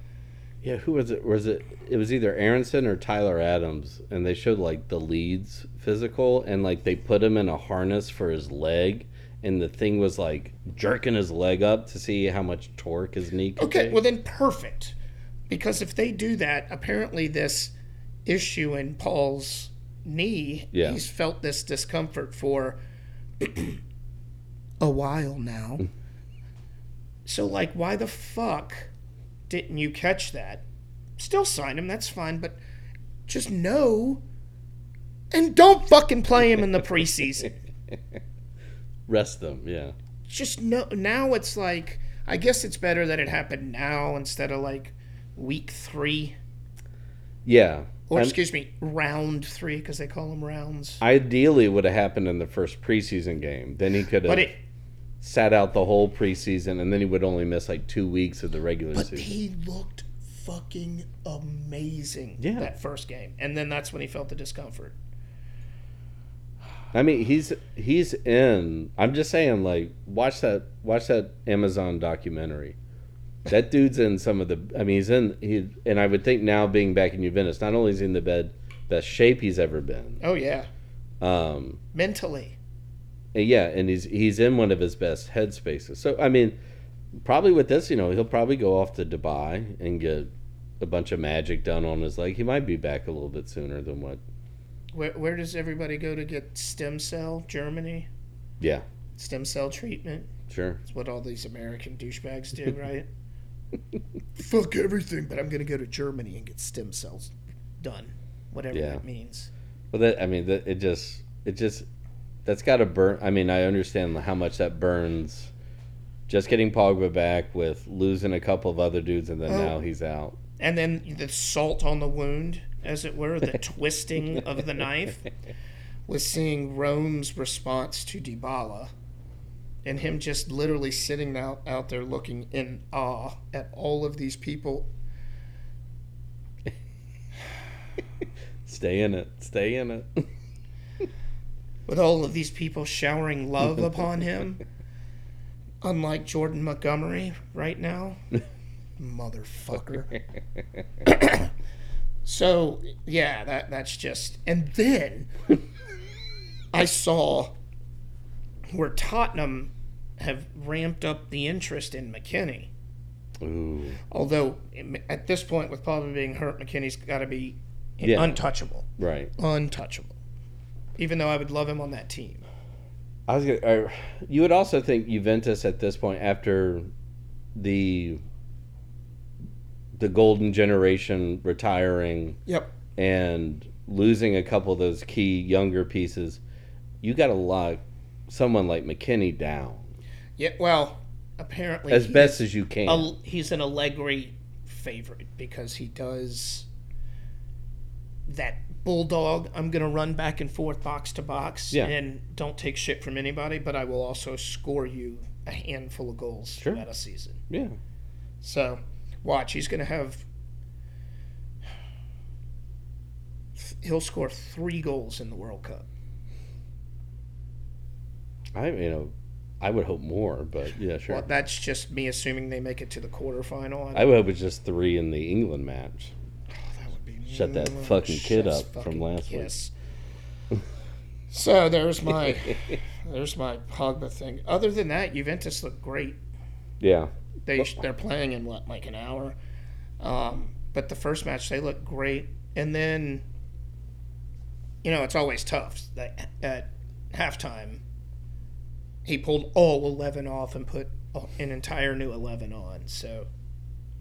[SPEAKER 2] Yeah, who was it? Was it? It was either Aronson or Tyler Adams, and they showed like the leads physical, and like they put him in a harness for his leg, and the thing was like jerking his leg up to see how much torque his knee. Could
[SPEAKER 3] Okay,
[SPEAKER 2] take.
[SPEAKER 3] well then perfect, because if they do that, apparently this issue in Paul's knee,
[SPEAKER 2] Yeah.
[SPEAKER 3] he's felt this discomfort for a while now. so like, why the fuck didn't you catch that? Still sign him, that's fine, but just know and don't fucking play him in the preseason
[SPEAKER 2] rest them. Yeah.
[SPEAKER 3] just no now it's like i guess it's better that it happened now instead of like week three
[SPEAKER 2] Yeah.
[SPEAKER 3] or
[SPEAKER 2] I'm-
[SPEAKER 3] excuse me round three because they call them rounds
[SPEAKER 2] ideally, would have happened in the first preseason game. Then he could have
[SPEAKER 3] but it
[SPEAKER 2] sat out the whole preseason, and then he would only miss like two weeks of the regular
[SPEAKER 3] but
[SPEAKER 2] season.
[SPEAKER 3] he looked fucking amazing
[SPEAKER 2] Yeah.
[SPEAKER 3] that first game and then that's when he felt the discomfort
[SPEAKER 2] I mean, he's he's in. I'm just saying, like, watch that watch that Amazon documentary. That dude's in some of the. I mean, he's in. He and I would think now being back in Juventus, not only is he in the bed best shape he's ever been.
[SPEAKER 3] oh yeah
[SPEAKER 2] Um,
[SPEAKER 3] mentally
[SPEAKER 2] and yeah, and he's he's in one of his best headspaces. So I mean, probably with this, you know, he'll probably go off to Dubai and get a bunch of magic done on his leg. He might be back a little bit sooner than what.
[SPEAKER 3] where, where does everybody go to get stem cell germany
[SPEAKER 2] Yeah,
[SPEAKER 3] stem cell treatment
[SPEAKER 2] sure.
[SPEAKER 3] It's what all these American douchebags do, right? Fuck everything, but I'm gonna go to Germany and get stem cells done, whatever
[SPEAKER 2] Yeah.
[SPEAKER 3] that means.
[SPEAKER 2] Well, that I mean, that it just it just that's got to burn. I mean, I understand how much that burns. Just getting Pogba back with losing a couple of other dudes, and then
[SPEAKER 3] Oh.
[SPEAKER 2] now he's out.
[SPEAKER 3] And then the salt on the wound, as it were, the twisting of the knife, was seeing Rome's response to Dybala, and him just literally sitting out out there looking in awe at all of these people.
[SPEAKER 2] Stay in it. Stay in it.
[SPEAKER 3] with all of these people showering love upon him. Unlike Jordan Montgomery right now. Motherfucker. so, yeah, that that's just. And then I saw where Tottenham have ramped up the interest in McKinney.
[SPEAKER 2] Ooh,
[SPEAKER 3] Although, at this point, with Pogba being hurt, McKinney's got to be
[SPEAKER 2] Yeah.
[SPEAKER 3] untouchable.
[SPEAKER 2] right.
[SPEAKER 3] Untouchable. Even though I would love him on that team.
[SPEAKER 2] I was gonna. I, you would also think Juventus at this point, after the the golden generation retiring
[SPEAKER 3] Yep.
[SPEAKER 2] and losing a couple of those key younger pieces, you got to lock someone like McKinney down.
[SPEAKER 3] Yeah, well, apparently
[SPEAKER 2] as
[SPEAKER 3] he
[SPEAKER 2] best
[SPEAKER 3] is
[SPEAKER 2] as you can.
[SPEAKER 3] a- he's an Allegri favorite because he does that bulldog. I'm going to run back and forth, box to box,
[SPEAKER 2] Yeah.
[SPEAKER 3] and don't take shit from anybody. But I will also score you a handful of goals
[SPEAKER 2] Sure.
[SPEAKER 3] throughout a season.
[SPEAKER 2] yeah,
[SPEAKER 3] So, watch. He's going to have. He'll score three goals in the World Cup.
[SPEAKER 2] I you know, I would hope more, but yeah, sure.
[SPEAKER 3] Well, that's just me assuming they make it to the quarterfinal.
[SPEAKER 2] I would hope it's just three in the England match.
[SPEAKER 3] That would be
[SPEAKER 2] Shut that
[SPEAKER 3] much
[SPEAKER 2] fucking kid
[SPEAKER 3] less
[SPEAKER 2] up from
[SPEAKER 3] fucking
[SPEAKER 2] last week.
[SPEAKER 3] kiss. so there's my there's my Pogba thing. Other than that, Juventus looked great.
[SPEAKER 2] Yeah,
[SPEAKER 3] They they're playing in what like an hour, um, but the first match they looked great, and then you know it's always tough that at halftime he pulled all eleven off and put an entire new eleven on. So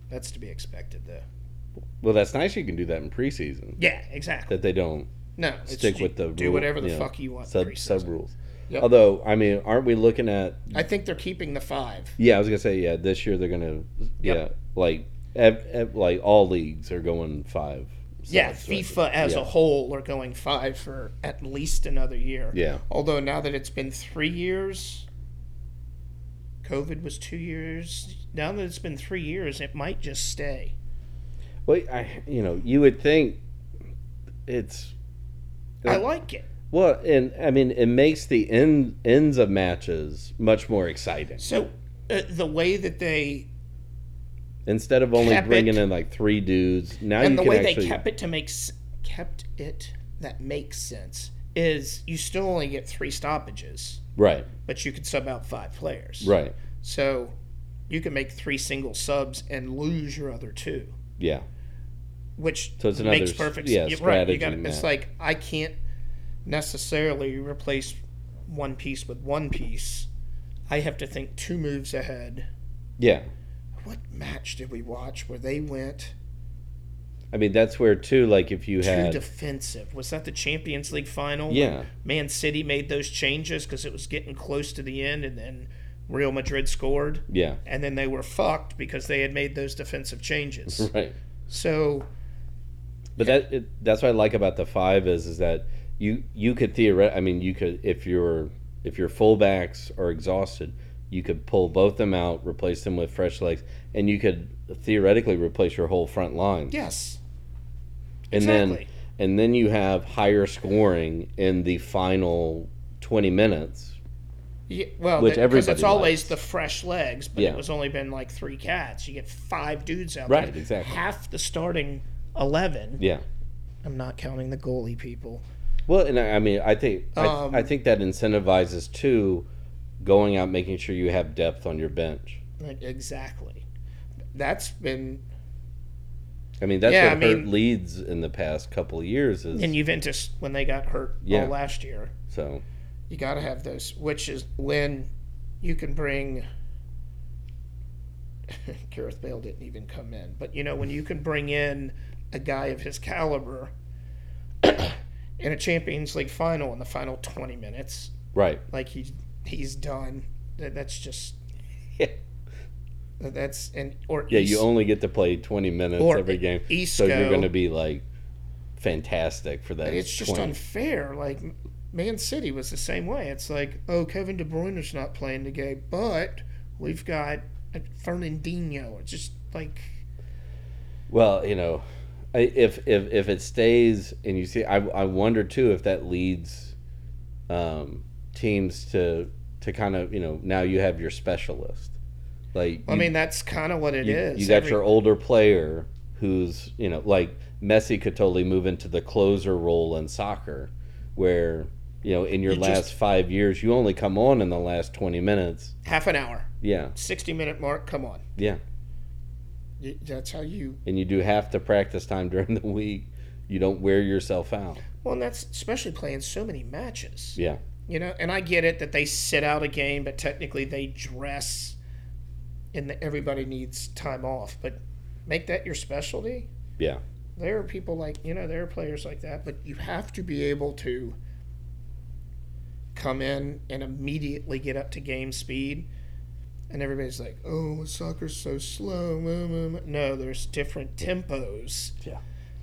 [SPEAKER 3] that's to be expected, though.
[SPEAKER 2] well, that's nice. You can do that in preseason.
[SPEAKER 3] Yeah, exactly.
[SPEAKER 2] That they don't
[SPEAKER 3] No, it's
[SPEAKER 2] stick
[SPEAKER 3] you
[SPEAKER 2] with the
[SPEAKER 3] do
[SPEAKER 2] rule,
[SPEAKER 3] whatever the
[SPEAKER 2] you know,
[SPEAKER 3] fuck you want.
[SPEAKER 2] sub
[SPEAKER 3] preseason.
[SPEAKER 2] sub rules.
[SPEAKER 3] Yep.
[SPEAKER 2] Although, I mean, aren't we looking at?
[SPEAKER 3] I think they're keeping the five.
[SPEAKER 2] Yeah, I was gonna say yeah. This year they're gonna yeah
[SPEAKER 3] Yep.
[SPEAKER 2] like ev- ev- like all leagues are going five.
[SPEAKER 3] Yeah,
[SPEAKER 2] sides, right?
[SPEAKER 3] FIFA as
[SPEAKER 2] Yeah.
[SPEAKER 3] a whole are going five for at least another year.
[SPEAKER 2] Yeah,
[SPEAKER 3] Although now that it's been three years, COVID was two years. Now that it's been three years, it might just stay.
[SPEAKER 2] Well, I, you know, you would think it's
[SPEAKER 3] I like it.
[SPEAKER 2] well, and I mean, it makes the end ends of matches much more exciting
[SPEAKER 3] So uh, the way that they
[SPEAKER 2] instead of only
[SPEAKER 3] Kept it.
[SPEAKER 2] bringing in like three dudes. Now you
[SPEAKER 3] and the
[SPEAKER 2] can
[SPEAKER 3] way
[SPEAKER 2] actually
[SPEAKER 3] they kept it to make s- kept it that makes sense is you still only get three stoppages,
[SPEAKER 2] right,
[SPEAKER 3] but you could sub out five players.
[SPEAKER 2] right,
[SPEAKER 3] So you can make three single subs and lose your other two,
[SPEAKER 2] yeah,
[SPEAKER 3] which
[SPEAKER 2] So it's another
[SPEAKER 3] makes
[SPEAKER 2] s-
[SPEAKER 3] perfect
[SPEAKER 2] yeah,
[SPEAKER 3] sense.
[SPEAKER 2] strategy
[SPEAKER 3] You gotta,
[SPEAKER 2] map.
[SPEAKER 3] it's like I can't necessarily replace one piece with one piece. I have to think two moves ahead.
[SPEAKER 2] yeah.
[SPEAKER 3] What match did we watch where they went
[SPEAKER 2] I mean, that's where too. Like if you
[SPEAKER 3] too
[SPEAKER 2] had
[SPEAKER 3] defensive? Was that the Champions League final?
[SPEAKER 2] yeah,
[SPEAKER 3] Man City made those changes because it was getting close to the end, and then Real Madrid scored,
[SPEAKER 2] yeah,
[SPEAKER 3] and then they were fucked because they had made those defensive changes.
[SPEAKER 2] right.
[SPEAKER 3] so
[SPEAKER 2] But that it, that's what I like about the five is is that you you could theoret I mean you could if your if your fullbacks are exhausted, you could pull both them out, replace them with fresh legs, and you could theoretically replace your whole front line.
[SPEAKER 3] yes,
[SPEAKER 2] and then
[SPEAKER 3] exactly.
[SPEAKER 2] and then you have higher scoring in the final twenty minutes.
[SPEAKER 3] Yeah, well,
[SPEAKER 2] Which
[SPEAKER 3] because
[SPEAKER 2] everybody
[SPEAKER 3] it's always
[SPEAKER 2] likes.
[SPEAKER 3] the fresh legs, but
[SPEAKER 2] Yeah.
[SPEAKER 3] it was only been like three cats. You get five dudes out
[SPEAKER 2] Right,
[SPEAKER 3] there.
[SPEAKER 2] exactly.
[SPEAKER 3] Half the starting eleven.
[SPEAKER 2] Yeah.
[SPEAKER 3] I'm not counting the goalie people.
[SPEAKER 2] Well, and I, I mean I think
[SPEAKER 3] Um,
[SPEAKER 2] I, I think that incentivizes too going out making sure you have depth on your bench.
[SPEAKER 3] Like, Exactly. That's been
[SPEAKER 2] I mean that's
[SPEAKER 3] Yeah,
[SPEAKER 2] what
[SPEAKER 3] I
[SPEAKER 2] hurt
[SPEAKER 3] mean-
[SPEAKER 2] Leeds in the past couple of years is
[SPEAKER 3] in Juventus when they got hurt
[SPEAKER 2] Yeah.
[SPEAKER 3] all last year.
[SPEAKER 2] so
[SPEAKER 3] you got to have those which is when you can bring Gareth Bale didn't even come in but you know when you can bring in a guy of his caliber in a Champions League final in the final 20 minutes
[SPEAKER 2] right.
[SPEAKER 3] like he's he's done that, that's just
[SPEAKER 2] Yeah.
[SPEAKER 3] that- that's and or
[SPEAKER 2] Yeah,
[SPEAKER 3] Is-
[SPEAKER 2] you only get to play 20 minutes
[SPEAKER 3] or
[SPEAKER 2] every game. So
[SPEAKER 3] Isco
[SPEAKER 2] you're going to be like fantastic for that.
[SPEAKER 3] it's just
[SPEAKER 2] 20.
[SPEAKER 3] unfair like Man City was the same way it's like oh Kevin De Bruyne's not playing today but we've got a Fernandinho it's just like
[SPEAKER 2] Well, you know, I- if if if it stays and you see I I wonder too if that leads um teams to to kind of, you know, now you have your specialist. Like
[SPEAKER 3] I
[SPEAKER 2] you-
[SPEAKER 3] mean that's kind of what it
[SPEAKER 2] you,
[SPEAKER 3] is.
[SPEAKER 2] you got
[SPEAKER 3] Every-
[SPEAKER 2] your older player who's, you know, like Messi could totally move into the closer role in soccer where, you know, in your
[SPEAKER 3] You
[SPEAKER 2] last
[SPEAKER 3] just-
[SPEAKER 2] 5 years you only come on in the last 20 minutes.
[SPEAKER 3] half an hour,
[SPEAKER 2] Yeah.
[SPEAKER 3] 60 minute mark, come on.
[SPEAKER 2] Yeah.
[SPEAKER 3] You- That's how you
[SPEAKER 2] And you do half the practice time during the week. You don't wear yourself out.
[SPEAKER 3] Well, and that's especially playing so many matches.
[SPEAKER 2] Yeah.
[SPEAKER 3] You know, and I get it that they sit out a game, but technically they dress and that everybody needs time off, but make that your specialty.
[SPEAKER 2] Yeah.
[SPEAKER 3] there are people like you know there are players like that but you have to be able to come in and immediately get up to game speed and everybody's like oh soccer's so slow mm, mm, mm." no there's different tempos
[SPEAKER 2] Yeah.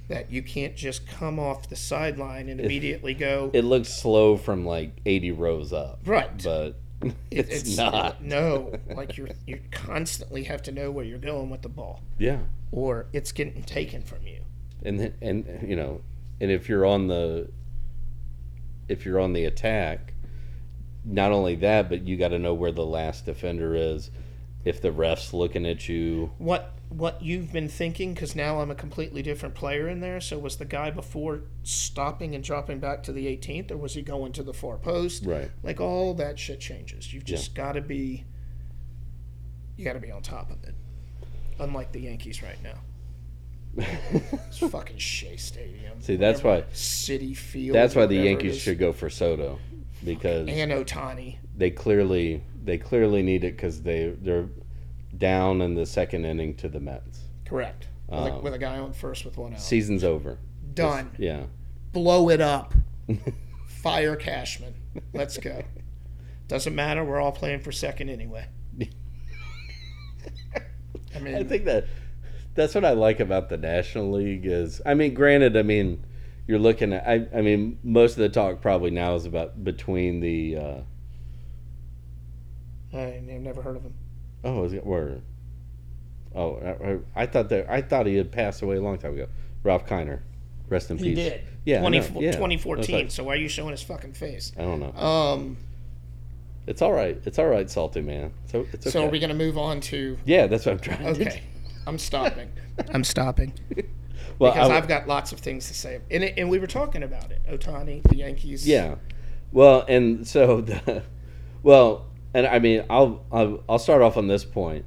[SPEAKER 3] that you can't just come off the sideline and immediately go
[SPEAKER 2] It looks slow from like 80 rows up,
[SPEAKER 3] right
[SPEAKER 2] but
[SPEAKER 3] It-
[SPEAKER 2] it's, not.
[SPEAKER 3] no like you're you constantly have to know where you're going with the ball
[SPEAKER 2] Yeah.
[SPEAKER 3] or it's getting taken from you
[SPEAKER 2] And then- and you know, and if you're on the if you're on the attack, not only that, but you got to know where the last defender is, if the ref's looking at you.
[SPEAKER 3] what what you've been thinking because now I'm a completely different player in there. So was the guy before stopping and dropping back to the 18th, or was he going to the far post?
[SPEAKER 2] Right.
[SPEAKER 3] Like all that shit changes. You've just got to be you got to be on top of it. Unlike the Yankees right now, it's fucking Shea Stadium.
[SPEAKER 2] See, that's why
[SPEAKER 3] City Field.
[SPEAKER 2] that's why
[SPEAKER 3] or
[SPEAKER 2] the
[SPEAKER 3] whatever it
[SPEAKER 2] Yankees
[SPEAKER 3] is.
[SPEAKER 2] should go for Soto because
[SPEAKER 3] and Otani.
[SPEAKER 2] they clearly they clearly need it because they they're down in the second inning to the Mets.
[SPEAKER 3] Correct. With a-
[SPEAKER 2] Um,
[SPEAKER 3] with a guy on first with one out.
[SPEAKER 2] Season's over.
[SPEAKER 3] Oh. Done.
[SPEAKER 2] Yeah,
[SPEAKER 3] blow it up. Fire Cashman. Let's go. Doesn't matter. We're all playing for second anyway. I mean,
[SPEAKER 2] I think that that's what I like about the National League is. I mean, granted, I mean you're looking at. I, I mean, most of the talk probably now is about between the. Uh,
[SPEAKER 3] I, I've never heard of him.
[SPEAKER 2] oh, is it where? Oh, I, I- I thought that I thought he had passed away a long time ago. Ralph Kiner. Rest in
[SPEAKER 3] He
[SPEAKER 2] peace.
[SPEAKER 3] did.
[SPEAKER 2] Yeah, I
[SPEAKER 3] 20,
[SPEAKER 2] know, yeah.
[SPEAKER 3] 2014.
[SPEAKER 2] That's
[SPEAKER 3] So why are you showing his fucking face?
[SPEAKER 2] I don't know.
[SPEAKER 3] Um.
[SPEAKER 2] It's all right. It's all right, salty man. So it's okay.
[SPEAKER 3] So are we gonna move on to?
[SPEAKER 2] yeah, that's what I'm trying to do.
[SPEAKER 3] Okay. I'm stopping. I'm stopping
[SPEAKER 2] Well,
[SPEAKER 3] because
[SPEAKER 2] I-
[SPEAKER 3] I've got lots of things to say, and it, and we were talking about it. Otani, the Yankees.
[SPEAKER 2] Yeah. Well, and so the well, and I mean, I'll I'll, I'll start off on this point.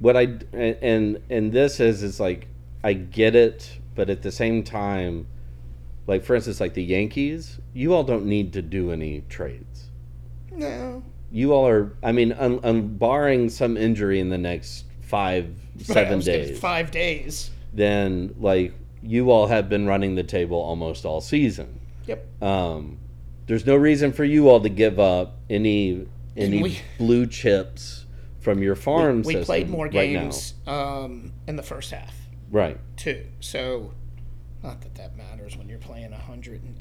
[SPEAKER 2] What I and and this is is like I get it, but at the same time, like for instance, like the Yankees, you all don't need to do any trades.
[SPEAKER 3] No.
[SPEAKER 2] You all are, I mean, un, un, barring some injury in the next five
[SPEAKER 3] I
[SPEAKER 2] seven
[SPEAKER 3] was gonna-
[SPEAKER 2] days,
[SPEAKER 3] Five days.
[SPEAKER 2] then like you all have been running the table almost all season
[SPEAKER 3] Yep.
[SPEAKER 2] um, there's no reason for you all to give up any any
[SPEAKER 3] we-
[SPEAKER 2] blue chips from your farm
[SPEAKER 3] We
[SPEAKER 2] system
[SPEAKER 3] played more
[SPEAKER 2] right now.
[SPEAKER 3] games um, in the first half
[SPEAKER 2] right
[SPEAKER 3] too. So, not that that matters when you're playing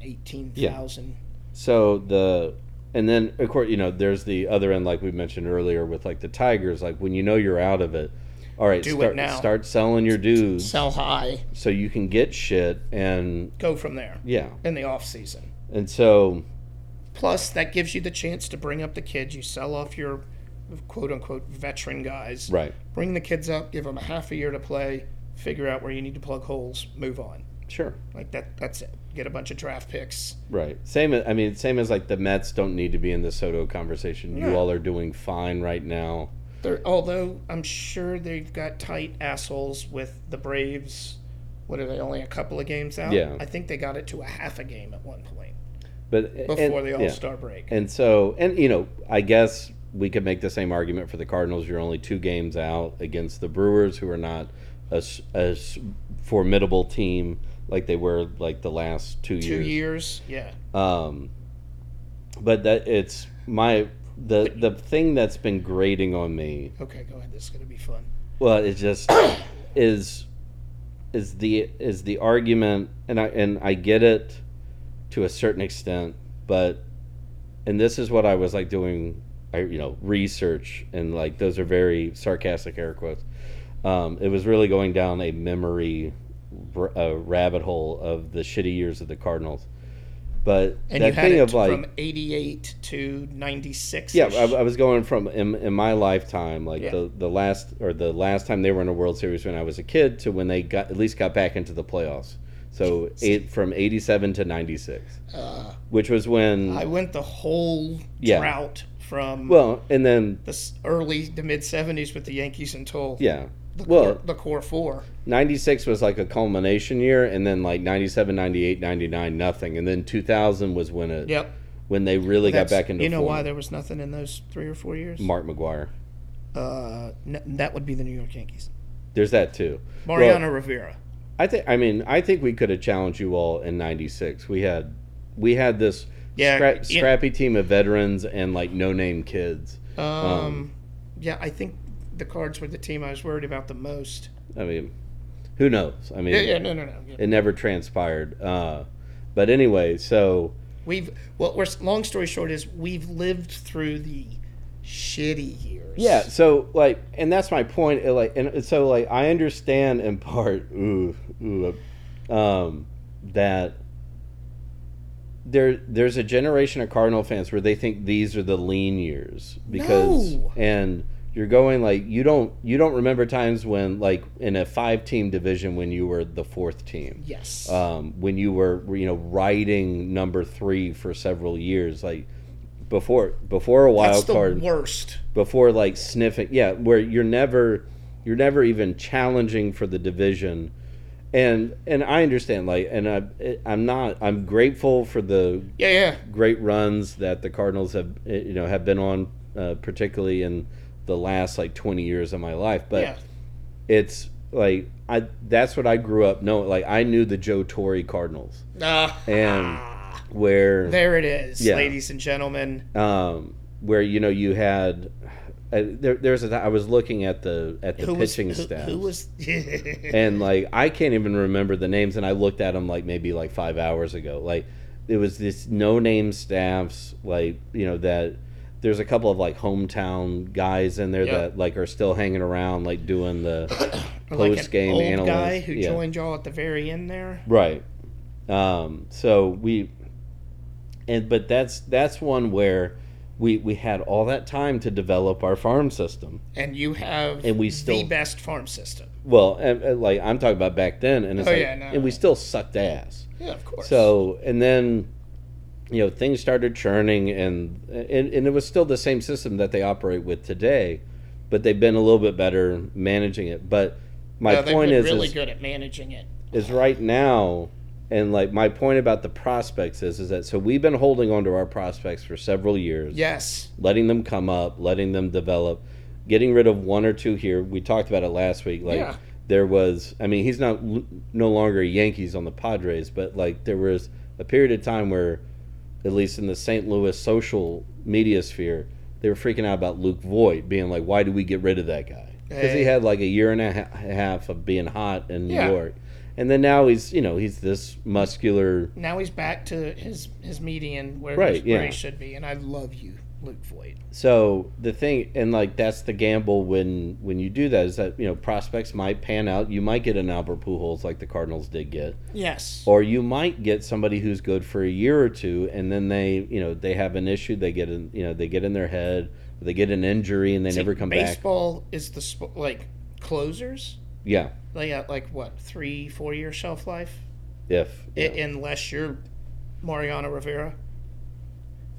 [SPEAKER 3] 118,000.
[SPEAKER 2] so the and then of course you know there's the other end like we mentioned earlier with like the tigers like when you know you're out of it all right
[SPEAKER 3] Do it
[SPEAKER 2] start
[SPEAKER 3] now.
[SPEAKER 2] start selling your dues
[SPEAKER 3] Sell high,
[SPEAKER 2] so you can get shit and
[SPEAKER 3] go from there
[SPEAKER 2] yeah
[SPEAKER 3] in the off season.
[SPEAKER 2] and so
[SPEAKER 3] Plus, that gives you the chance to bring up the kids. You sell off your quote unquote veteran guys.
[SPEAKER 2] right
[SPEAKER 3] Bring the kids up, give them a half a year to play, figure out where you need to plug holes, move on.
[SPEAKER 2] sure
[SPEAKER 3] Like that. That's it. Get a bunch of draft picks.
[SPEAKER 2] Right. Same. I mean, same as like the Mets don't need to be in the Soto conversation. You
[SPEAKER 3] No.
[SPEAKER 2] all are doing fine right now.
[SPEAKER 3] They're, although I'm sure they've got tight assholes with the Braves. What are they? Only a couple of games out.
[SPEAKER 2] Yeah.
[SPEAKER 3] I think they got it to a half a game at one point
[SPEAKER 2] But
[SPEAKER 3] before the
[SPEAKER 2] and,
[SPEAKER 3] All
[SPEAKER 2] yeah.
[SPEAKER 3] Star break.
[SPEAKER 2] And so, and you know, I guess we could make the same argument for the Cardinals. You're only two games out against the Brewers, who are not a, s- a s- formidable team like they were like the last two,
[SPEAKER 3] Two years. Yeah.
[SPEAKER 2] Um, but that it's my the the thing that's been grating on me
[SPEAKER 3] Okay, go ahead. This is gonna be fun.
[SPEAKER 2] Well, it just is is the is the argument, and I and I get it to a certain extent, but and this is what I was like doing, I you know research and like those are very sarcastic air quotes. Um, it was really going down a memory r- uh, rabbit hole of the shitty years of the Cardinals, but
[SPEAKER 3] And
[SPEAKER 2] that
[SPEAKER 3] you had
[SPEAKER 2] thing
[SPEAKER 3] it
[SPEAKER 2] of like
[SPEAKER 3] from '88 to '96.
[SPEAKER 2] yeah, I, I was going from in, in my lifetime, like
[SPEAKER 3] Yeah.
[SPEAKER 2] the, the last or the last time they were in a World Series when I was a kid to when they got at least got back into the playoffs. So eight from eighty seven to ninety six,
[SPEAKER 3] uh,
[SPEAKER 2] which was when
[SPEAKER 3] I went the whole
[SPEAKER 2] Yeah.
[SPEAKER 3] drought from
[SPEAKER 2] well, and then
[SPEAKER 3] the s- early to mid '70s with the Yankees until
[SPEAKER 2] yeah,
[SPEAKER 3] the,
[SPEAKER 2] well-
[SPEAKER 3] core, the core four.
[SPEAKER 2] ninety six was like a culmination year, and then like 97, 98, 99, nothing, and then two thousand was when it
[SPEAKER 3] Yep.
[SPEAKER 2] when they really got
[SPEAKER 3] That's-
[SPEAKER 2] back into
[SPEAKER 3] you know
[SPEAKER 2] form.
[SPEAKER 3] why there was nothing in those three or four years?
[SPEAKER 2] Mark McGuire.
[SPEAKER 3] Uh, n- that would be the New York Yankees.
[SPEAKER 2] There's that too. Well-
[SPEAKER 3] Mariano Rivera.
[SPEAKER 2] I think. I mean, I think we could have challenged you all in '96. We had, we had this
[SPEAKER 3] Yeah,
[SPEAKER 2] scra-
[SPEAKER 3] yeah.
[SPEAKER 2] scrappy team of veterans and like no-name kids.
[SPEAKER 3] Um, yeah, I think the Cards were the team I was worried about the most.
[SPEAKER 2] I mean, who knows? I mean,
[SPEAKER 3] Yeah, yeah, no, no, no. yeah.
[SPEAKER 2] it never transpired. Uh, but anyway, so
[SPEAKER 3] We've well, we're, long story short is we've lived through the shitty years.
[SPEAKER 2] yeah, so like, and that's my point. it, like, and uh, so like, I understand in part, ooh, ooh, um, that there there's a generation of Cardinal fans where they think these are the lean years because
[SPEAKER 3] No.
[SPEAKER 2] and you're going like you don't you don't remember times when like in a five team division when you were the fourth team
[SPEAKER 3] Yes.
[SPEAKER 2] um, when you were you know riding number three for several years like before before a wild
[SPEAKER 3] That's the
[SPEAKER 2] card
[SPEAKER 3] worst.
[SPEAKER 2] before like sniffing yeah where you're never you're never even challenging for the division and and i understand like and i i'm not i'm grateful for the
[SPEAKER 3] Yeah, yeah.
[SPEAKER 2] great runs that the cardinals have eh, you know have been on uh, particularly in the last like 20 years of my life but
[SPEAKER 3] yeah.
[SPEAKER 2] it's like i that's what i grew up knowing like i knew the joe torre cardinals
[SPEAKER 3] Ah,
[SPEAKER 2] and where
[SPEAKER 3] there it is,
[SPEAKER 2] Yeah.
[SPEAKER 3] ladies and gentlemen.
[SPEAKER 2] um, where you know you had uh, there, there's a I was looking at the at the
[SPEAKER 3] Who was,
[SPEAKER 2] pitching
[SPEAKER 3] who,
[SPEAKER 2] staff
[SPEAKER 3] who was
[SPEAKER 2] and like I can't even remember the names and I looked at them like maybe like 5 hours ago like it was this no name staffs like you know that there's a couple of like hometown guys in there
[SPEAKER 3] Yeah.
[SPEAKER 2] that like are still hanging around like doing the
[SPEAKER 3] Or like an
[SPEAKER 2] post game
[SPEAKER 3] old
[SPEAKER 2] analyst
[SPEAKER 3] guy who
[SPEAKER 2] yeah.
[SPEAKER 3] joined y'all at the very end there.
[SPEAKER 2] right Um, so we, and but that's that's one where we we had all that time to develop our farm system.
[SPEAKER 3] and you have
[SPEAKER 2] And we
[SPEAKER 3] the
[SPEAKER 2] still-
[SPEAKER 3] best farm system.
[SPEAKER 2] Well, and, and, like I'm talking about back then, and it's
[SPEAKER 3] Oh,
[SPEAKER 2] like,
[SPEAKER 3] yeah, no,
[SPEAKER 2] and we
[SPEAKER 3] no.
[SPEAKER 2] still sucked ass.
[SPEAKER 3] Yeah, of course.
[SPEAKER 2] So and then, you know, things started churning, and and, and it was still the same system that they operate with today, but they've been a little bit better managing it. But my
[SPEAKER 3] No, they've
[SPEAKER 2] point
[SPEAKER 3] been
[SPEAKER 2] is,
[SPEAKER 3] really
[SPEAKER 2] is,
[SPEAKER 3] good at managing it.
[SPEAKER 2] is right now, and like my point about the prospects is is that so we've been holding on to our prospects for several years,
[SPEAKER 3] Yes,
[SPEAKER 2] letting them come up, letting them develop, getting rid of one or two here. We talked about it last week. Like
[SPEAKER 3] Yeah.
[SPEAKER 2] there was, I mean, he's not no longer Yankees on the Padres, but like there was a period of time where, at least in the St. Louis social media sphere, they were freaking out about Luke Voigt being like, "Why do we get rid of that guy?" Because he
[SPEAKER 3] Yeah.
[SPEAKER 2] had like a year and a ha- half of being hot in New
[SPEAKER 3] Yeah.
[SPEAKER 2] York, and then now he's you know he's this muscular
[SPEAKER 3] now he's back to his his median where,
[SPEAKER 2] Right,
[SPEAKER 3] he's-
[SPEAKER 2] yeah.
[SPEAKER 3] where he should be, and I love you, Luke Voigt.
[SPEAKER 2] so the thing and like that's the gamble when when you do that is that you know prospects might pan out you might get an albert pujols like the cardinals did get
[SPEAKER 3] Yes,
[SPEAKER 2] or you might get somebody who's good for a year or two and then they you know they have an issue they get in you know they get in their head they get an injury and they
[SPEAKER 3] See,
[SPEAKER 2] never come back
[SPEAKER 3] baseball is the sp- like closers.
[SPEAKER 2] yeah
[SPEAKER 3] They got like what three, four year shelf life,
[SPEAKER 2] if
[SPEAKER 3] I
[SPEAKER 2] yeah.
[SPEAKER 3] unless you're Mariano Rivera.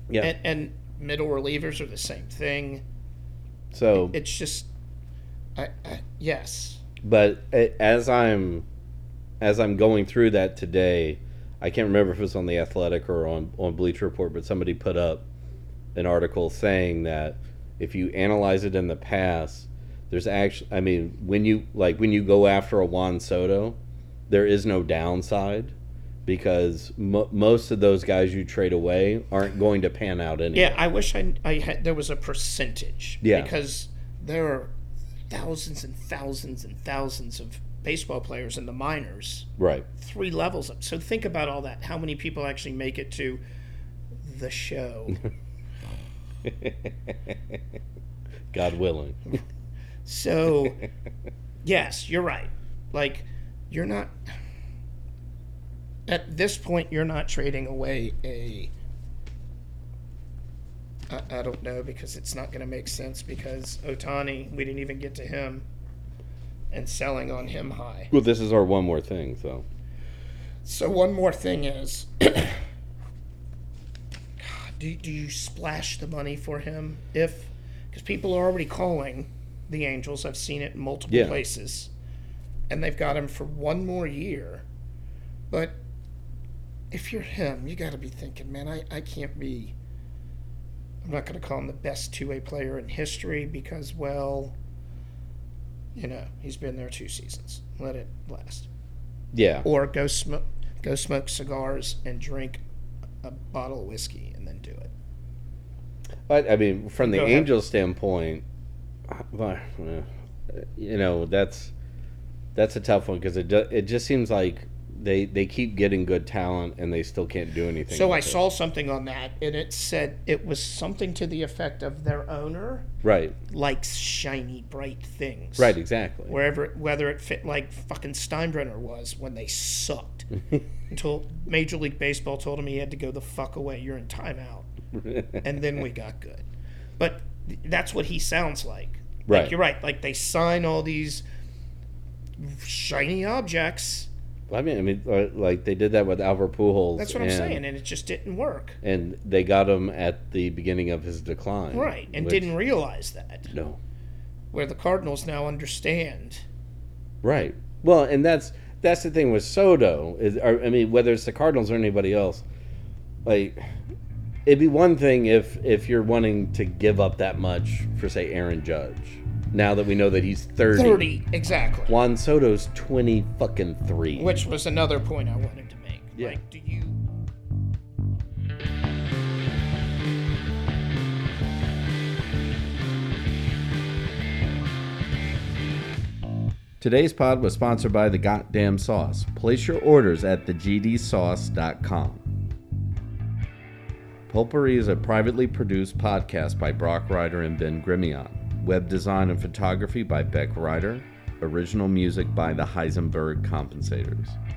[SPEAKER 2] Yeah.
[SPEAKER 3] and, and middle relievers are the same thing.
[SPEAKER 2] so
[SPEAKER 3] It's just, I, I yes,
[SPEAKER 2] but a- as i'm as i'm going through that today i can't remember if it was on the athletic or on on bleach report but somebody put up an article saying that if you analyze it in the past there's actually i mean when you like when you go after a juan soto there is no downside because mo most of those guys you trade away aren't going to pan out anyway
[SPEAKER 3] yeah. I wish I I had there was a percentage.
[SPEAKER 2] Yeah.
[SPEAKER 3] because there are thousands and thousands and thousands of baseball players in the minors,
[SPEAKER 2] right
[SPEAKER 3] three levels up. So think about all that. How many people actually make it to the show?
[SPEAKER 2] god willing
[SPEAKER 3] So, yes, you're right. Like, you're not. At this point, you're not trading away a. I, I don't know because it's not going to make sense because Otani, we didn't even get to him and selling on him high.
[SPEAKER 2] well this is our one more thing so
[SPEAKER 3] So, one more thing is God, do, do you splash the money for him? If. Because people are already calling the Angels. I've seen it in multiple
[SPEAKER 2] Yeah.
[SPEAKER 3] places. And they've got him for one more year. But if you're him, you got to be thinking, man, I, I can't be. I'm not going to call him the best two way player in history because, well, you know, he's been there two seasons. Let it last
[SPEAKER 2] yeah
[SPEAKER 3] or go smoke go smoke cigars and drink a bottle of whiskey and then do it.
[SPEAKER 2] But I mean, from the
[SPEAKER 3] Go ahead.
[SPEAKER 2] Angels standpoint, uh, well, uh, you know that's that's a tough one because it do, it just seems like they they keep getting good talent and they still can't do anything.
[SPEAKER 3] So
[SPEAKER 2] with
[SPEAKER 3] I
[SPEAKER 2] it.
[SPEAKER 3] saw something on that and it said it was something to the effect of their owner
[SPEAKER 2] right,
[SPEAKER 3] likes shiny bright things.
[SPEAKER 2] right, exactly.
[SPEAKER 3] Wherever whether it fit like fucking Steinbrenner was when they sucked until Major League Baseball told him he had to go the fuck away, you're in timeout. and then we got good. But th- that's what he sounds like. Like,
[SPEAKER 2] Right.
[SPEAKER 3] you're right. Like they sign all these shiny objects.
[SPEAKER 2] I mean, I mean, uh, like they did that with Albert Pujols.
[SPEAKER 3] That's what
[SPEAKER 2] and,
[SPEAKER 3] I'm saying, and it just didn't work.
[SPEAKER 2] And they got him at the beginning of his decline.
[SPEAKER 3] Right, and
[SPEAKER 2] which-
[SPEAKER 3] didn't realize that.
[SPEAKER 2] no.
[SPEAKER 3] Where the Cardinals now understand.
[SPEAKER 2] Right. Well, and that's that's the thing with Soto is, or, I mean, whether it's the Cardinals or anybody else, like it'd be one thing if if you're wanting to give up that much for say Aaron Judge. Now that we know that he's thirty,
[SPEAKER 3] Thirty exactly.
[SPEAKER 2] Juan Soto's twenty fucking three.
[SPEAKER 3] Which was another point I wanted to make.
[SPEAKER 2] Yeah.
[SPEAKER 3] Like, do you?
[SPEAKER 1] Today's pod was sponsored by The Goddamn Sauce. Place your orders at thegdsauce.com. Pulpery is a privately produced podcast by Brock Ryder and Ben Grimion. Web design and photography by Beck Ryder. Original music by the Heisenberg Compensators.